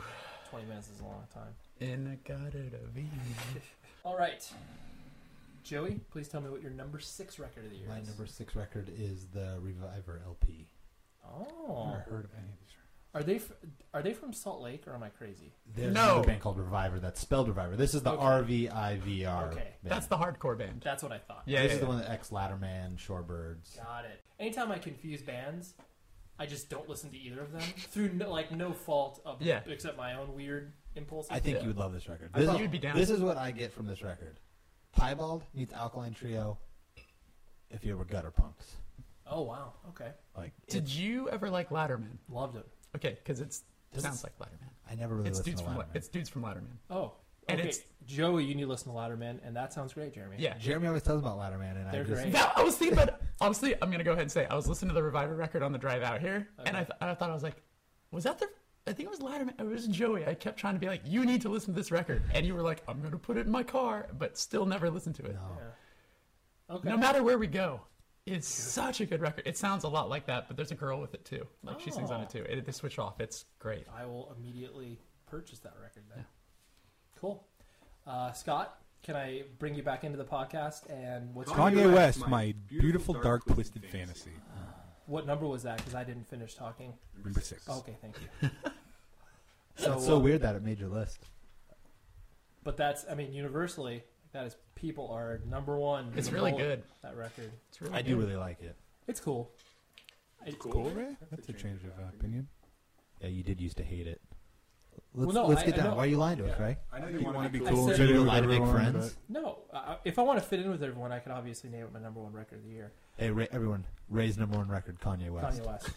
Speaker 1: 20 minutes is a long time.
Speaker 4: And I got it a V.
Speaker 1: All right. Joey, please tell me what your number six record of the year
Speaker 3: My
Speaker 1: is.
Speaker 3: number six record is the Reviver LP.
Speaker 1: Oh.
Speaker 2: Never heard of any of these.
Speaker 1: Are they f- are they from Salt Lake or am I crazy?
Speaker 3: There's
Speaker 4: No.
Speaker 3: another band called Reviver that's spelled Reviver. This is the
Speaker 1: Okay.
Speaker 3: R V I V R.
Speaker 1: Okay.
Speaker 3: band.
Speaker 4: That's the hardcore band.
Speaker 1: That's what I thought.
Speaker 4: Yeah,
Speaker 3: this
Speaker 4: yeah,
Speaker 3: is the
Speaker 4: yeah.
Speaker 3: one that X Latterman, Shorebirds.
Speaker 1: Got it. Anytime I confuse bands, I just don't listen to either of them through no, like no fault of
Speaker 4: Yeah.
Speaker 1: except my own weird impulses.
Speaker 3: I think
Speaker 4: Yeah.
Speaker 3: you would love this record.
Speaker 4: I
Speaker 3: This,
Speaker 4: thought you'd be down.
Speaker 3: this is what I get from this record. Piebald meets Alkaline Trio. If you were gutter punks,
Speaker 1: Oh wow. Okay.
Speaker 3: like
Speaker 4: Did
Speaker 3: it-
Speaker 4: you ever like Latterman?
Speaker 1: Loved it.
Speaker 4: Okay, because it's
Speaker 3: Does
Speaker 4: sounds
Speaker 3: it-
Speaker 4: like Latterman.
Speaker 3: I never really
Speaker 4: It's
Speaker 3: listened
Speaker 4: dudes
Speaker 3: to
Speaker 4: from La-
Speaker 3: Latterman.
Speaker 4: it's dudes from Latterman.
Speaker 1: Oh.
Speaker 4: And
Speaker 1: okay.
Speaker 4: it's-
Speaker 1: Joey, you need to listen to Latterman, and that sounds great, Jeremy.
Speaker 4: Yeah,
Speaker 3: Jeremy always tells about Latterman, and
Speaker 1: They're
Speaker 3: I just
Speaker 1: great.
Speaker 4: That- I was thinking about Honestly, I'm gonna go ahead and say I was listening to the Reviver record on the drive out here, and I, th- I thought I was like, was that the? I think it was Latterman. It was Joey. I kept trying to be like, you need to listen to this record, and you were like, I'm gonna put it in my car, but still never listened to it. No,
Speaker 1: Okay.
Speaker 4: matter where we go, it's such a good record. It sounds a lot like that, but there's a girl with it too. Like she sings on it too. It, they switch off. It's great.
Speaker 1: I will immediately purchase that record then. Cool. Uh, Scott, can I bring you back into the podcast? And what's your-
Speaker 2: Kanye West, my beautiful, dark, twisted fantasy.
Speaker 1: what number was that? Because I didn't finish talking.
Speaker 2: Number six.
Speaker 1: Okay, thank you. so,
Speaker 3: It's so
Speaker 1: uh,
Speaker 3: weird that it made your list.
Speaker 1: But that's, I mean, universally, that is people are number one.
Speaker 4: It's
Speaker 1: in
Speaker 4: really
Speaker 1: all-
Speaker 4: good.
Speaker 1: That record.
Speaker 4: It's really
Speaker 3: I
Speaker 4: good.
Speaker 3: do really like it.
Speaker 1: It's cool. It's cool.
Speaker 2: Ray? That's a change of uh, opinion.
Speaker 3: Yeah, you did used to hate it. Let's,
Speaker 1: no,
Speaker 3: let's
Speaker 1: I-
Speaker 3: get
Speaker 1: I
Speaker 3: down.
Speaker 1: know-
Speaker 3: Why are you lying to us, right?
Speaker 2: I know you, want to be
Speaker 1: I
Speaker 2: cool.
Speaker 1: said-
Speaker 2: and
Speaker 3: You
Speaker 2: shit with
Speaker 3: lie to make
Speaker 2: everyone,
Speaker 3: friends?
Speaker 1: No, uh, if I want to fit in with everyone, I could obviously name it my number one record of the year.
Speaker 3: Hey, Ray, everyone, Ray's number one record, Kanye West,
Speaker 1: Kanye West.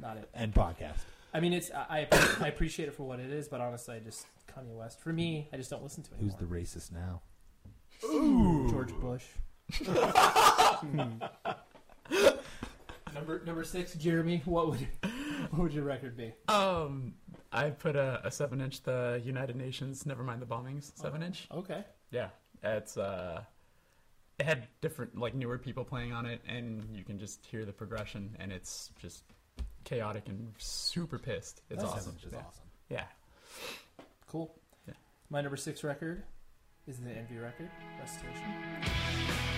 Speaker 1: Not it.
Speaker 3: and podcast.
Speaker 1: I mean, it's I, I- I appreciate it for what it is, but honestly, I just Kanye West. For me, I just don't listen to it
Speaker 3: Who's
Speaker 1: anymore.
Speaker 3: the racist now?
Speaker 1: George Bush. number number six, Jeremy. What would what would your record be?
Speaker 4: Um, I put a, a seven inch, the United Nations, never mind the bombings, seven inch.
Speaker 1: Okay.
Speaker 4: Yeah, it's uh, it had different like newer people playing on it, and you can just hear the progression, and it's just chaotic and super pissed. It's awesome.
Speaker 3: Which is
Speaker 4: yeah.
Speaker 3: awesome.
Speaker 4: Yeah.
Speaker 1: Cool.
Speaker 4: Yeah.
Speaker 1: My number six record is the Envy record, Restoration.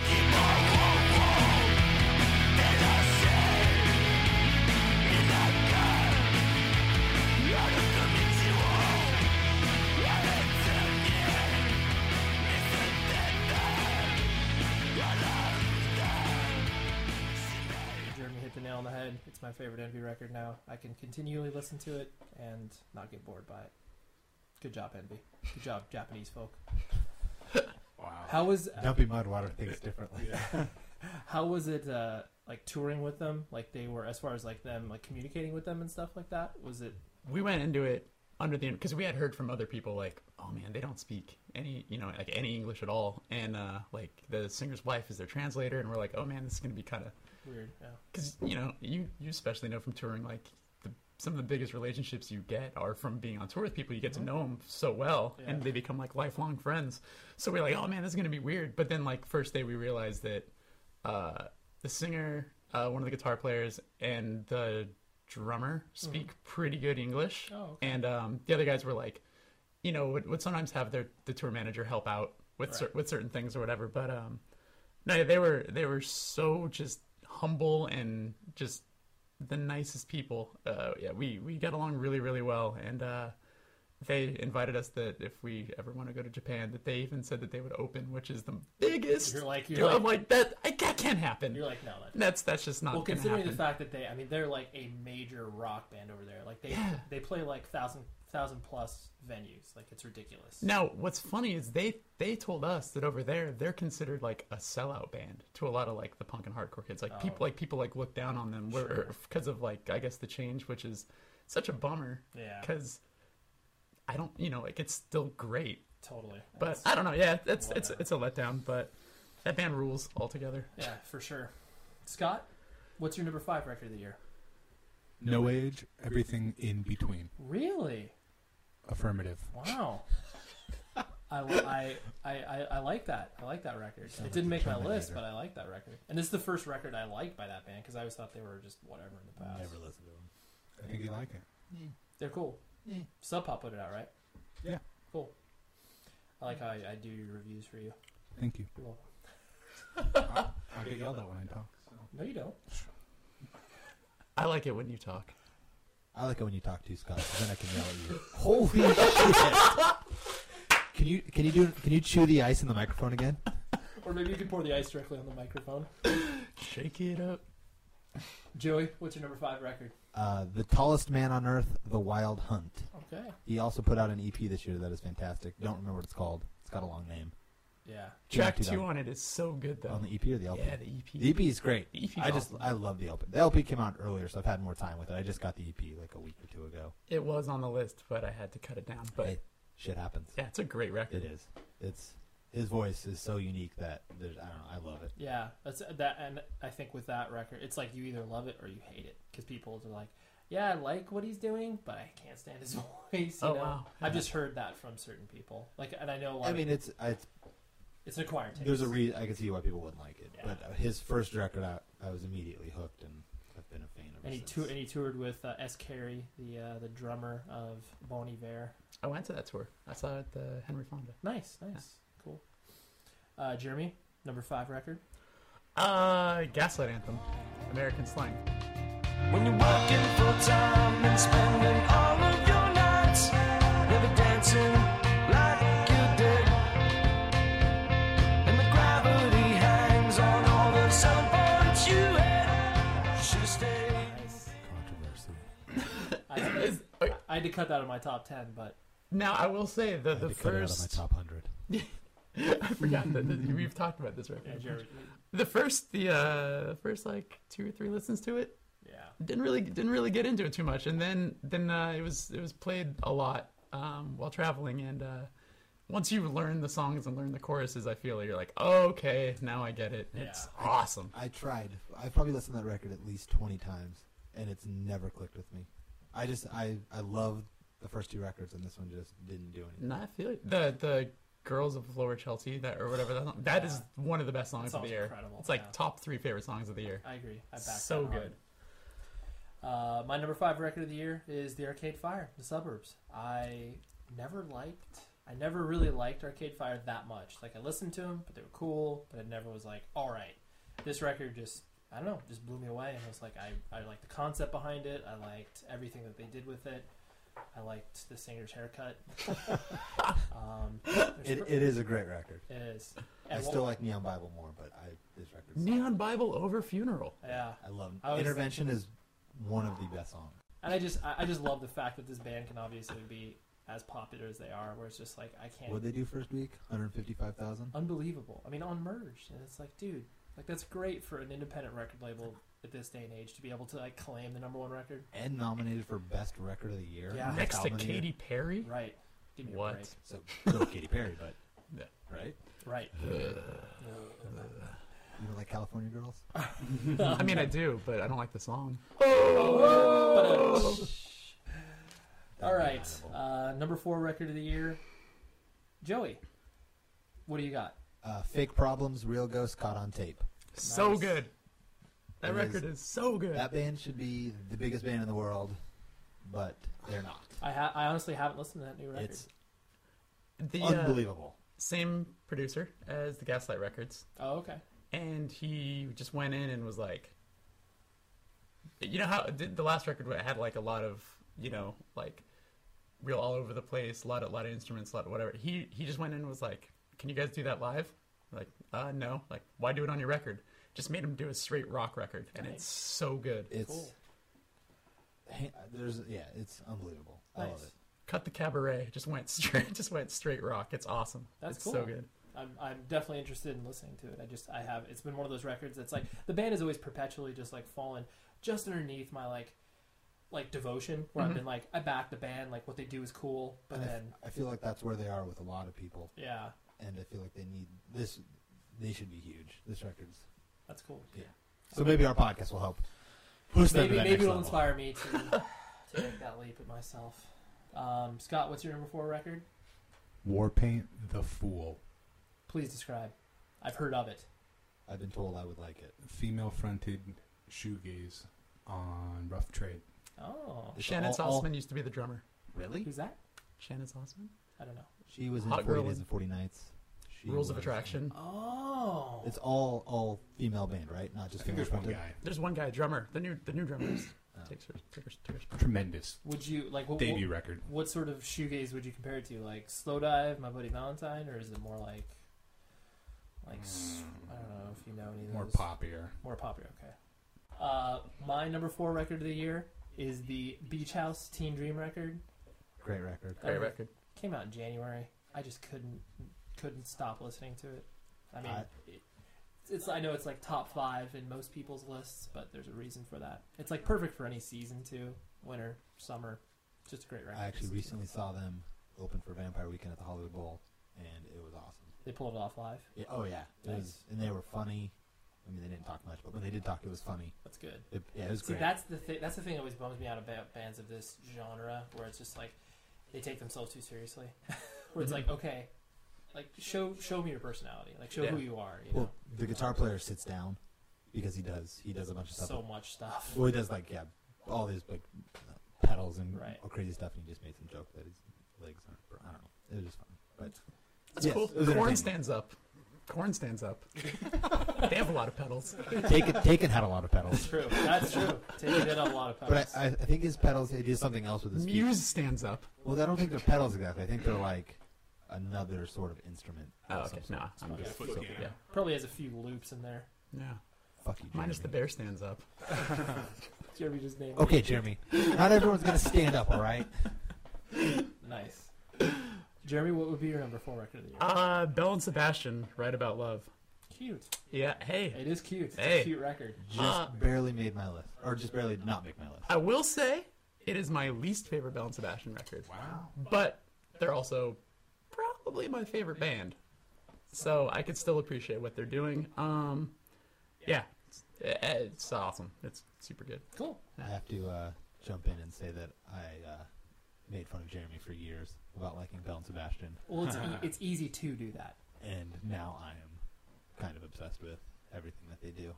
Speaker 1: Jeremy hit the nail on the head. It's my favorite Envy record now. I can continually listen to it and not get bored by it. Good job, Envy. Good job, Japanese folk.
Speaker 2: Wow.
Speaker 1: How was
Speaker 3: Dumpy Mudwater thinks differently.
Speaker 1: how was it uh, like touring with them? Like they were as far as like them like communicating with them and stuff like that. Was it
Speaker 4: we went into it under the because we had heard from other people like oh man they don't speak any you know like any english at all and uh like the singer's wife is their translator and we're like oh man this is gonna be kind of
Speaker 1: weird? Yeah.
Speaker 4: because you know you you especially know from touring like the, some of the biggest relationships you get are from being on tour with people you get to know them so well and
Speaker 1: Mm-hmm. Yeah.
Speaker 4: they become like lifelong friends so we're like oh man this is gonna be weird but then like first day we realized that uh the singer uh one of the guitar players and the drummer speak pretty good english
Speaker 1: Mm-hmm. Oh, okay.
Speaker 4: and um the other guys were like you know would, would sometimes have their the tour manager help out with cer- with certain things or whatever but um no, they were they were so just humble and just the nicest people. Uh, yeah, we we got along really really well, and uh, they invited us that if we ever want to go to Japan, that they even said that they would open, which is the biggest.
Speaker 1: You're like- you're
Speaker 4: I'm like that. I, that can't happen.
Speaker 1: You're like no. That,
Speaker 4: that's that's just not
Speaker 1: well,
Speaker 4: gonna
Speaker 1: considering
Speaker 4: happen.
Speaker 1: the fact that they, I mean, they're like a major rock band over there. Like they
Speaker 4: Yeah.
Speaker 1: they play like thousand thousand plus venues. Like it's ridiculous.
Speaker 4: Now, what's funny is they they told us that over there they're considered like a sellout band to a lot of like the punk and hardcore kids. Like people like people like look down on them because of like I guess the change, which is such a bummer.
Speaker 1: Yeah.
Speaker 4: Because I don't, you know, like it's still great,
Speaker 1: Totally.
Speaker 4: but I don't know. Yeah, it's it's
Speaker 1: Whatever.
Speaker 4: it's a letdown, but that band rules altogether.
Speaker 1: yeah, for sure. Scott, what's your number five record of the year?
Speaker 2: No age, everything in between.
Speaker 1: Really?
Speaker 2: Affirmative.
Speaker 1: Wow. I, I, I, I, I like that. I like that record. It didn't make my list, but I like that record. And this is the first record I liked by that band because I always thought they were just whatever in the past.
Speaker 3: Never listen to him.
Speaker 2: I think you like it.
Speaker 1: They're cool. Sub Pop put it out, right?
Speaker 2: Yeah.
Speaker 1: Cool. I like how I, I do your reviews for you.
Speaker 2: Thank you.
Speaker 1: You're welcome.
Speaker 2: I get yelled at when I talk.
Speaker 1: No, you don't.
Speaker 4: I like it when you talk.
Speaker 3: I like it when you talk to Scott. 'cause Then I can yell at you. Holy shit! Can you can you do can you chew the ice in the microphone again?
Speaker 1: Or maybe you could pour the ice directly on the microphone.
Speaker 4: Shake it up.
Speaker 1: Joey, what's your number five record?
Speaker 3: Uh, the tallest man on earth, The Wild Hunt.
Speaker 1: Okay.
Speaker 3: He also put out an EP this year that is fantastic. Don't remember what it's called. It's got a long name.
Speaker 1: Yeah.
Speaker 4: Track
Speaker 3: Yeah,
Speaker 4: two on it is so good though.
Speaker 3: E on the EP or the LP?
Speaker 4: yeah, the E EP.
Speaker 3: The E EP is great.
Speaker 4: The EP is
Speaker 3: I just
Speaker 4: awesome.
Speaker 3: I love the LP. The LP came out earlier, so I've had more time with it. I just got the EP like a week or two ago.
Speaker 4: It was on the list, but I had to cut it down. But
Speaker 3: Hey, shit happens.
Speaker 4: yeah, it's a great record.
Speaker 3: It is. It's his voice is so unique that there's, I don't know. I love it.
Speaker 1: Yeah, that's that, and I think with that record, it's like you either love it or you hate it because people are like, "Yeah, I like what he's doing, but I can't stand his voice." You know?
Speaker 4: Oh, wow.
Speaker 1: I've just heard that from certain people. Like, and I know a lot.
Speaker 3: I
Speaker 1: of
Speaker 3: mean, it's it's
Speaker 1: it's an acquired taste.
Speaker 3: there's a reason I can see why people wouldn't like it.
Speaker 1: Yeah.
Speaker 3: But his first record, I, I was immediately hooked, and I've been a fan ever
Speaker 1: and he,
Speaker 3: since.
Speaker 1: tou- and he toured with uh, S. Carey, the uh, the drummer of Bon Iver.
Speaker 4: I went to that tour. I saw it at the Henry Fonda.
Speaker 1: Nice, nice, cool. Uh, Jeremy, number five record.
Speaker 4: Uh, Gaslight Anthem, American Slang.
Speaker 8: When you're working full time and spending all of your nights never dancing like you did, and the gravity hangs on all the sunburns you had, she stayed.
Speaker 1: Nice.
Speaker 3: Controversy.
Speaker 1: I,
Speaker 4: Is- uh,
Speaker 1: I had to cut that out of my top ten, but
Speaker 4: Now I will say that
Speaker 3: I had
Speaker 4: the
Speaker 3: to cut it out of my
Speaker 4: first
Speaker 3: top hundred.
Speaker 4: I forgot that that we've talked about this
Speaker 1: yeah,
Speaker 4: record.
Speaker 1: Jeremy,
Speaker 4: The first the uh the first like two or three listens to it
Speaker 1: yeah.
Speaker 4: didn't really didn't really get into it too much and then then uh, it was it was played a lot um, while traveling and uh, once you learn the songs and learn the choruses I feel like you're like oh, okay now I get it it's awesome
Speaker 3: I tried. I probably listened to that record at least twenty times, and it's never clicked with me. I just I I loved the first two records, and this one just didn't do anything.
Speaker 4: and I feel it. the the girls of Lower Chelsea that or whatever that, song, that is one of the best songs of
Speaker 1: song's
Speaker 4: the year
Speaker 1: incredible,
Speaker 4: it's like
Speaker 1: yeah.
Speaker 4: top three favorite songs of the year
Speaker 1: I agree. I back
Speaker 4: so
Speaker 1: that hard.
Speaker 4: good
Speaker 1: Uh, my number five record of the year is the Arcade Fire, The Suburbs. I never liked, I never really liked Arcade Fire that much. Like I listened to them, but they were cool, but it never was like, all right, this record just, I don't know, just blew me away. And I was like, I, I liked the concept behind it. I liked everything that they did with it. I liked the singer's haircut. um,
Speaker 3: It, it is a great record.
Speaker 1: it is.
Speaker 3: I
Speaker 1: And what-
Speaker 3: still like Neon Bible more, but I this record.
Speaker 4: Neon Bible over Funeral
Speaker 1: yeah.
Speaker 3: I love
Speaker 1: I was-
Speaker 3: Intervention is one of the best songs.
Speaker 1: And I just, I, I just love the fact that this band can obviously be as popular as they are, where it's just like, I can't.
Speaker 3: What they do first week? One hundred fifty-five thousand.
Speaker 1: unbelievable. I mean, on merged, and it's like, dude, like that's great for an independent record label at this day and age to be able to like claim the number one record.
Speaker 3: and nominated for best record of the year.
Speaker 1: Yeah.
Speaker 3: Best
Speaker 4: next to
Speaker 3: album of the year.
Speaker 4: Katy Perry
Speaker 1: Right. Give me a
Speaker 4: What?
Speaker 1: break.
Speaker 3: So still Katy Perry, but
Speaker 4: Yeah.
Speaker 3: right?
Speaker 1: Right.
Speaker 3: You know, like California Girls.
Speaker 4: I mean I do but I don't like the song
Speaker 1: uh, All right. Uh, number four record of the year. Joey, what do you got?
Speaker 3: Uh, fake problems, real ghosts caught on tape.
Speaker 4: so
Speaker 1: Nice.
Speaker 4: good that
Speaker 3: It is-
Speaker 4: record is so good
Speaker 3: That band should be the biggest band in the world, but they're not.
Speaker 1: I ha- I honestly haven't listened to that new record.
Speaker 3: It's
Speaker 4: the uh,
Speaker 3: unbelievable.
Speaker 4: same producer as the Gaslight Records,
Speaker 1: Oh, okay.
Speaker 4: and he just went in and was like, you know how the the last record had like a lot of you know like real all over the place, a lot of lot of instruments, a lot of whatever. He he just went in and was like, can you guys do that live? Like, uh, no. Like, why do it on your record? Just made him do a straight rock record, and
Speaker 1: Nice.
Speaker 4: it's so good.
Speaker 3: It's
Speaker 1: Cool.
Speaker 3: hey, there's yeah, it's unbelievable. I love
Speaker 1: Nice.
Speaker 3: it.
Speaker 4: Cut the cabaret. Just went straight. Just went straight rock. It's awesome.
Speaker 1: That's
Speaker 4: it's
Speaker 1: cool.
Speaker 4: so good.
Speaker 1: I'm, I'm definitely interested in listening to it. I just I have it's been one of those records that's like the band has always perpetually just like fallen just underneath my like like devotion where
Speaker 3: Mm-hmm.
Speaker 1: I've been like I back the band like what they do is cool but
Speaker 3: And I f-
Speaker 1: then
Speaker 3: I feel like that's where they are with a lot of people,
Speaker 1: yeah
Speaker 3: and I feel like they need this. They should be huge. This record's
Speaker 1: that's cool
Speaker 3: so maybe our podcast will help. Push them
Speaker 1: maybe
Speaker 3: to that
Speaker 1: maybe
Speaker 3: next
Speaker 1: it'll
Speaker 3: level.
Speaker 1: inspire me to to make that leap at myself. Um, Scott, what's your number four record?
Speaker 2: Warpaint the Fool.
Speaker 1: Please describe. I've heard of it.
Speaker 3: I've been told I would like it.
Speaker 2: Female fronted shoegaze on Rough Trade.
Speaker 1: Oh,
Speaker 3: It's
Speaker 4: Shannon
Speaker 3: all- all-
Speaker 4: Salzman used to be the drummer.
Speaker 3: Really?
Speaker 1: who's that?
Speaker 4: Shannon Salzman.
Speaker 1: I don't know.
Speaker 3: She was in
Speaker 4: Hot
Speaker 3: 40
Speaker 4: girl
Speaker 3: Days
Speaker 4: in-
Speaker 3: and 40 Nights. She
Speaker 4: Rules of
Speaker 3: was-
Speaker 4: Attraction.
Speaker 1: Oh,
Speaker 3: It's all all female band, right? Not just
Speaker 2: I think
Speaker 3: female
Speaker 2: there's one
Speaker 3: fronted.
Speaker 2: guy.
Speaker 4: There's one guy, drummer. The new the new drummer is- takes her, took her, took her spot.
Speaker 2: Tremendous
Speaker 1: would you like what,
Speaker 4: Oh,
Speaker 1: what
Speaker 2: debut record.
Speaker 1: What sort of shoegaze would you compare it to? Like slow dive, my buddy Valentine, or is it more like, like s I don't know if you know any of
Speaker 2: More
Speaker 1: those.
Speaker 2: poppier.
Speaker 1: more popular. Okay. Uh, my number four record of the year is the Beach House Teen Dream record.
Speaker 3: Great record.
Speaker 1: Great
Speaker 4: Great
Speaker 1: record.
Speaker 4: record.
Speaker 1: Came out in January. I just couldn't couldn't stop listening to it. I mean,
Speaker 3: I-
Speaker 1: it, it's I know it's like top five in most people's lists, but there's a reason for that. It's like perfect for any season too, winter, summer. It's Just a great record.
Speaker 3: I actually recently saw them open for Vampire Weekend at the Hollywood Bowl, and it was awesome.
Speaker 1: They pulled it off live.
Speaker 3: Yeah, oh yeah, it
Speaker 1: Nice.
Speaker 3: was, and they were funny. I mean, they didn't talk much, but when they did talk, it was funny.
Speaker 1: That's good.
Speaker 3: It, yeah, it was
Speaker 1: See,
Speaker 3: great.
Speaker 1: that's the thi- that's the thing that always bums me out about bands of this genre, where it's just like they take themselves too seriously. where it's
Speaker 3: Mm-hmm.
Speaker 1: like, okay, like show show me your personality, like show who
Speaker 4: Yeah.
Speaker 1: you are. You
Speaker 3: well, the guitar player sits down because he does he does a bunch of
Speaker 1: know,
Speaker 3: stuff.
Speaker 1: so much stuff.
Speaker 3: well, he does like yeah, all these like pedals and
Speaker 1: Right.
Speaker 3: all crazy stuff, and he just made some joke that his legs aren't. I don't know. It was just fun. But
Speaker 4: That's
Speaker 3: Yes,
Speaker 4: cool.
Speaker 3: it was
Speaker 4: Corn
Speaker 3: entertaining.
Speaker 4: stands up. Corn stands up. they have a lot of pedals.
Speaker 3: Taken, Taken had a lot of pedals,
Speaker 1: True, that's true. Taking it on a lot of pedals.
Speaker 3: but I, I think his pedals he did something else with his feet.
Speaker 4: Muse stands up.
Speaker 3: Well, I don't think they're pedals exactly. I think they're like another sort of instrument.
Speaker 4: Oh,
Speaker 3: of
Speaker 4: okay.
Speaker 3: some sort.
Speaker 4: Nah, I'm just
Speaker 2: Foot
Speaker 4: yeah.
Speaker 2: piano.
Speaker 4: yeah.
Speaker 1: Probably has a few loops in there.
Speaker 3: Fuck you,
Speaker 4: Minus the
Speaker 3: Jeremy.
Speaker 4: bear stands up.
Speaker 1: Jeremy just named
Speaker 3: Okay, Jeremy. Not everyone's gonna stand up, all right?
Speaker 1: it. Nice. Jeremy, what would be your number four record of the year?
Speaker 4: Uh, Bell and Sebastian, right about love.
Speaker 1: cute.
Speaker 4: Yeah. Hey,
Speaker 1: It is cute. It's a
Speaker 4: Hey.
Speaker 1: cute record.
Speaker 3: Just
Speaker 4: Uh,
Speaker 3: barely made my list, or just barely did not make my list.
Speaker 4: I will say it is my least favorite Bell and Sebastian record,
Speaker 2: Wow.
Speaker 4: but they're also probably my favorite band. So I could still appreciate what they're doing. Um, yeah, it's, eh, eh, it's awesome. It's super good.
Speaker 1: Cool.
Speaker 3: I have to uh, jump in and say that I uh, made fun of Jeremy for years about liking Bell and Sebastian,
Speaker 1: Well, it's, e- it's easy to do that.
Speaker 3: and now I am kind of obsessed with everything that they do.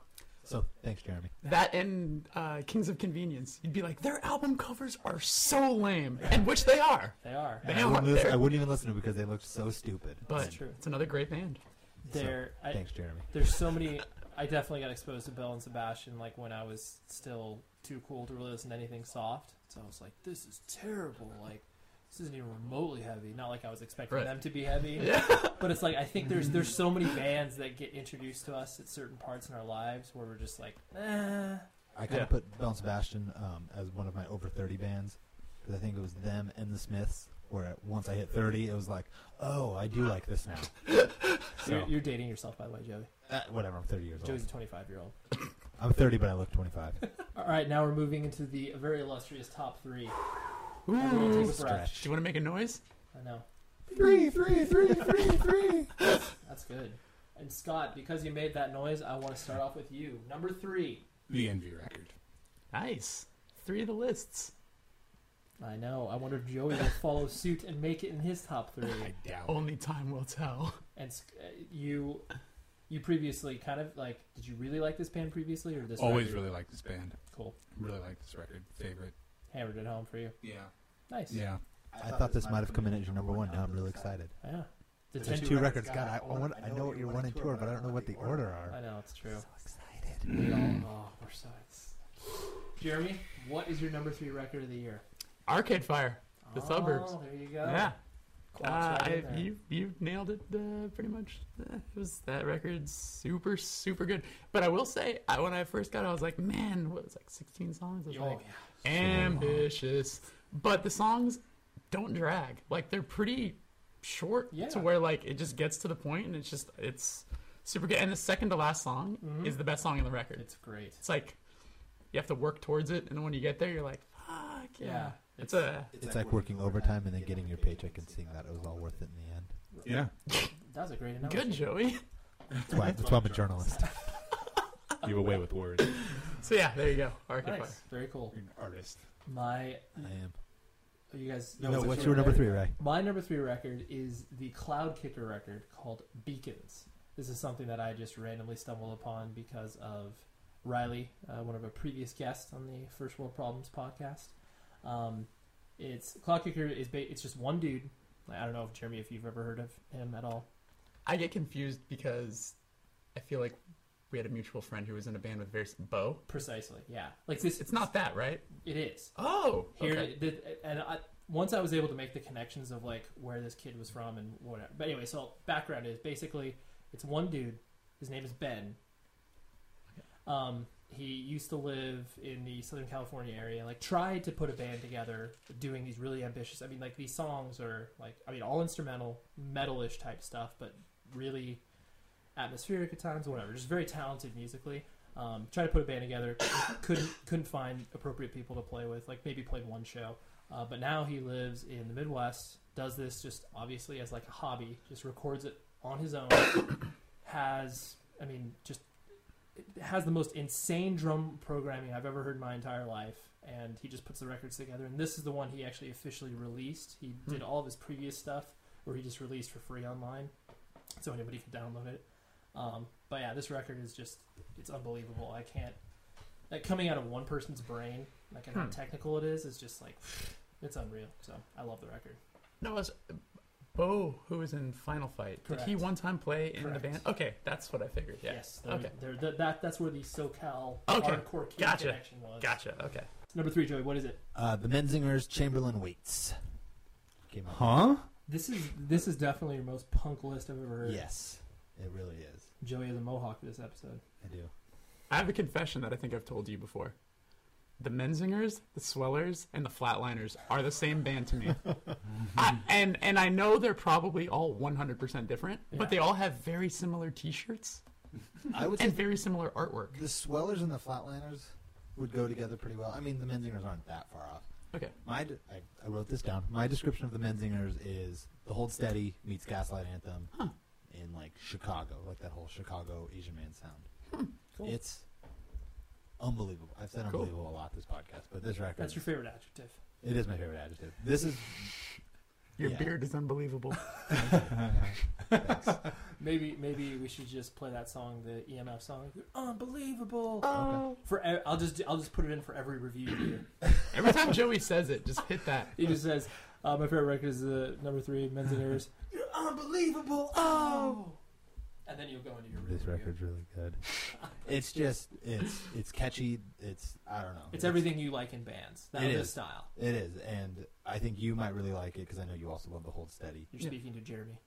Speaker 3: So thanks, Jeremy.
Speaker 4: That and uh, Kings of Convenience. You'd be like, their album covers are so lame, and which they are.
Speaker 1: They are.
Speaker 4: They
Speaker 3: I
Speaker 4: are.
Speaker 3: wouldn't, listen, I
Speaker 4: They're-
Speaker 3: wouldn't even listen to it because they looked so stupid.
Speaker 4: But
Speaker 3: And
Speaker 1: true.
Speaker 4: it's another great band.
Speaker 1: They're. I-
Speaker 3: thanks, Jeremy.
Speaker 1: there's so many i definitely got exposed to Bell and sebastian like when i was still too cool to really listen to anything soft so i was like this is terrible like this isn't even remotely heavy not like i was expecting
Speaker 4: Right.
Speaker 1: them to be heavy but it's like i think there's there's so many bands that get introduced to us at certain parts in our lives where we're just like eh.
Speaker 3: I kind
Speaker 4: Yeah.
Speaker 3: of put Bell and Sebastian um, as one of my over 30 bands because I think it was them and the Smiths. Where once I hit 30, it was like, oh, I do like this now.
Speaker 1: you're, you're dating yourself by the way joey
Speaker 3: Uh, whatever, I'm 30
Speaker 4: Oh.
Speaker 3: years old.
Speaker 1: joey's a 25 year old
Speaker 3: I'm 30, but I look 25.
Speaker 1: all right now we're moving into the very illustrious top three Everyone
Speaker 4: Ooh.
Speaker 1: take a
Speaker 4: Do
Speaker 1: breath.
Speaker 4: you want to make a noise?
Speaker 1: i know
Speaker 3: Three, three, three, three, three.
Speaker 1: that's good and scott because you made that noise i want to start off with you number three
Speaker 2: The Envy record.
Speaker 4: Nice. Three of the lists.
Speaker 1: I know. I wonder if Joey will follow suit and make it in his top three.
Speaker 2: I doubt.
Speaker 4: Only time will tell.
Speaker 1: And s- uh, you, you previously kind of like, did you really like this band previously or this?
Speaker 2: Always
Speaker 1: record?
Speaker 2: really liked this band.
Speaker 1: cool.
Speaker 2: Really like this record. Favorite.
Speaker 1: Hammered it home for you.
Speaker 2: Yeah.
Speaker 1: Nice.
Speaker 2: Yeah.
Speaker 3: I thought this might have come in at your number one. Now I'm really excited.
Speaker 1: Yeah. The
Speaker 3: There's two records. God, I, I, want, I know what your one and two are, but I don't know what the order
Speaker 1: I
Speaker 3: are.
Speaker 1: know it's true.
Speaker 3: Excited.
Speaker 1: We all, oh, we're so ex- Jeremy, what is your number three record of the year?
Speaker 4: Arcade Fire. The
Speaker 1: oh,
Speaker 4: Suburbs.
Speaker 1: There you go.
Speaker 4: Yeah. Uh,
Speaker 1: Clocks right in
Speaker 4: I-
Speaker 1: there.
Speaker 4: you you nailed it uh, pretty much. Uh, it was that record's super super good. But I will say, I, when I first got it, I was like, man, what was it, like 16 songs? I was
Speaker 1: Oh,
Speaker 4: like,
Speaker 1: yeah.
Speaker 4: ambitious. But the songs don't drag. Like they're pretty short
Speaker 1: Yeah.
Speaker 4: to where like it just gets to the point and it's just it's super good. And the second to last song
Speaker 1: Mm-hmm.
Speaker 4: is the best song in the record. It's,
Speaker 1: It's great.
Speaker 4: like you have to work towards it, and then when you get there, you're like, fuck yeah.
Speaker 1: Yeah,
Speaker 4: It's, a
Speaker 3: It's like working overtime and then getting your paycheck and seeing that it was all worth it in the end.
Speaker 2: Yeah.
Speaker 1: That was a great analogy.
Speaker 4: good Joey.
Speaker 3: That's why, that's why I'm a journalist.
Speaker 2: You away with words.
Speaker 4: so yeah, there you go. Arcade Fire.
Speaker 1: Nice. Very cool.
Speaker 2: You're an artist.
Speaker 1: My,
Speaker 3: I am.
Speaker 1: are you guys.
Speaker 3: No,
Speaker 1: it
Speaker 3: what's your number
Speaker 1: record?
Speaker 3: three, Ray?
Speaker 1: My number three record is the Cloud Kicker record called Beacons. This is something that I just randomly stumbled upon because of Riley, uh, one of our previous guests on the First World Problems podcast. Um, it's Cloud Kicker is ba- it's just one dude. I don't know if Jeremy, if you've ever heard of him at all.
Speaker 4: I get confused because I feel like we had a mutual friend who was in a band with various Bo.
Speaker 1: Precisely, yeah. Like this,
Speaker 4: It's not that, right?
Speaker 1: It is.
Speaker 4: Oh,
Speaker 1: here
Speaker 4: okay.
Speaker 1: the, and I, once I was able to make the connections of like where this kid was from and whatever. But anyway, so background is basically it's one dude. His name is Ben. Um, he used to live in the Southern California area. Like tried to put a band together, doing these really ambitious. I mean, like these songs are like I mean all instrumental, metalish type stuff, but really atmospheric at times. Whatever, just very talented musically. Um, tried to put a band together, couldn't couldn't find appropriate people to play with. Like maybe played one show, uh, but now he lives in the Midwest. Does this just obviously as like a hobby? Just records it on his own has, I mean, just it has the most insane drum programming I've ever heard in my entire life. And he just puts the records together. And this is the one he actually officially released. He did all of his previous stuff where he just released for free online, so anybody could download it. Um, but yeah, this record is just, it's unbelievable. I can't, like, coming out of one person's brain, like, and how
Speaker 4: Hmm.
Speaker 1: technical it is, is just like, it's unreal. So I love the record.
Speaker 4: No, it was Bo who was in Final Fight. Did he
Speaker 1: Correct.
Speaker 4: one time play in
Speaker 1: Correct.
Speaker 4: the band? Okay, that's what I figured. Yeah.
Speaker 1: Yes. they're-
Speaker 4: Okay.
Speaker 1: they're- that- that, that's where the SoCal
Speaker 4: Okay.
Speaker 1: hardcore kid
Speaker 4: Gotcha.
Speaker 1: connection was.
Speaker 4: Gotcha. Okay.
Speaker 1: Number three, Joey, what is it?
Speaker 3: Uh, the Menzingers Chamberlain Waits. Came out.
Speaker 2: Huh?
Speaker 1: This is this is definitely your most punk list I've ever heard.
Speaker 3: Yes, it really is.
Speaker 1: Joey has a mohawk for this episode.
Speaker 3: I do.
Speaker 4: I have a confession that I think I've told you before. The Menzingers, the Swellers, and the Flatliners are the same band to me. I, and and I know they're probably all 100% different,
Speaker 1: Yeah.
Speaker 4: but they all have very similar T-shirts
Speaker 3: I would say
Speaker 4: and very similar artwork.
Speaker 3: the Swellers and the Flatliners would go together pretty well. I mean, the Menzingers aren't that far off.
Speaker 4: Okay.
Speaker 3: My de- I, I wrote this down. My description of the Menzingers is the Hold Steady meets Gaslight Anthem in like Chicago, like that whole Chicago Asian man sound.
Speaker 1: Hmm. Cool.
Speaker 3: It's unbelievable. I've said
Speaker 4: Cool.
Speaker 3: unbelievable a lot this podcast, but this record
Speaker 1: That's your favorite adjective.
Speaker 3: it is my favorite adjective. This is
Speaker 4: Your
Speaker 3: Yeah.
Speaker 4: beard is unbelievable.
Speaker 1: Maybe maybe we should just play that song, the EMF song. You're unbelievable. For e- I'll just I'll just put it in for every review here.
Speaker 4: Every time Joey says it, just hit that.
Speaker 1: He just says, uh, "My favorite record is the number three, Men's and Errors." You're unbelievable. Oh. And then you'll go into your
Speaker 3: this
Speaker 1: review.
Speaker 3: record's really good. It's just it's it's catchy. It's I don't know.
Speaker 1: It's everything you like in bands. That
Speaker 3: It
Speaker 1: this
Speaker 3: is.
Speaker 1: style.
Speaker 3: It is, and I think you might really like it because I know you also love the Hold Steady.
Speaker 1: You're
Speaker 4: Yeah.
Speaker 1: speaking to Jeremy.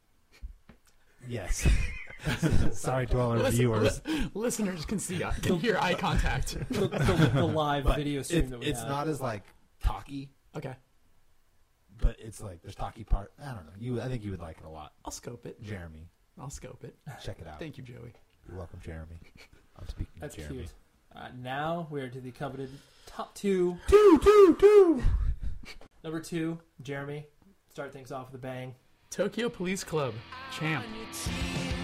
Speaker 3: Yes. Sorry to all our
Speaker 4: Listen-
Speaker 3: viewers.
Speaker 4: Listeners can see, uh, can hear eye contact.
Speaker 1: the, the, the live
Speaker 3: But
Speaker 1: video stream
Speaker 3: It,
Speaker 1: that we
Speaker 3: it's
Speaker 1: have.
Speaker 3: not as like talky,
Speaker 4: Okay,
Speaker 3: but it's like there's talky part. I don't know. You, I think you would like it a lot,
Speaker 4: I'll scope it.
Speaker 3: Jeremy.
Speaker 4: I'll scope it.
Speaker 3: Check it out.
Speaker 4: Thank you, Joey.
Speaker 3: You're welcome, Jeremy. I'm speaking
Speaker 1: That's
Speaker 3: to Jeremy.
Speaker 1: cute. All right, now we are to the coveted top two.
Speaker 3: Two, two, two.
Speaker 1: Number two, Jeremy. Start things off with a bang.
Speaker 4: Tokyo Police Club, champ.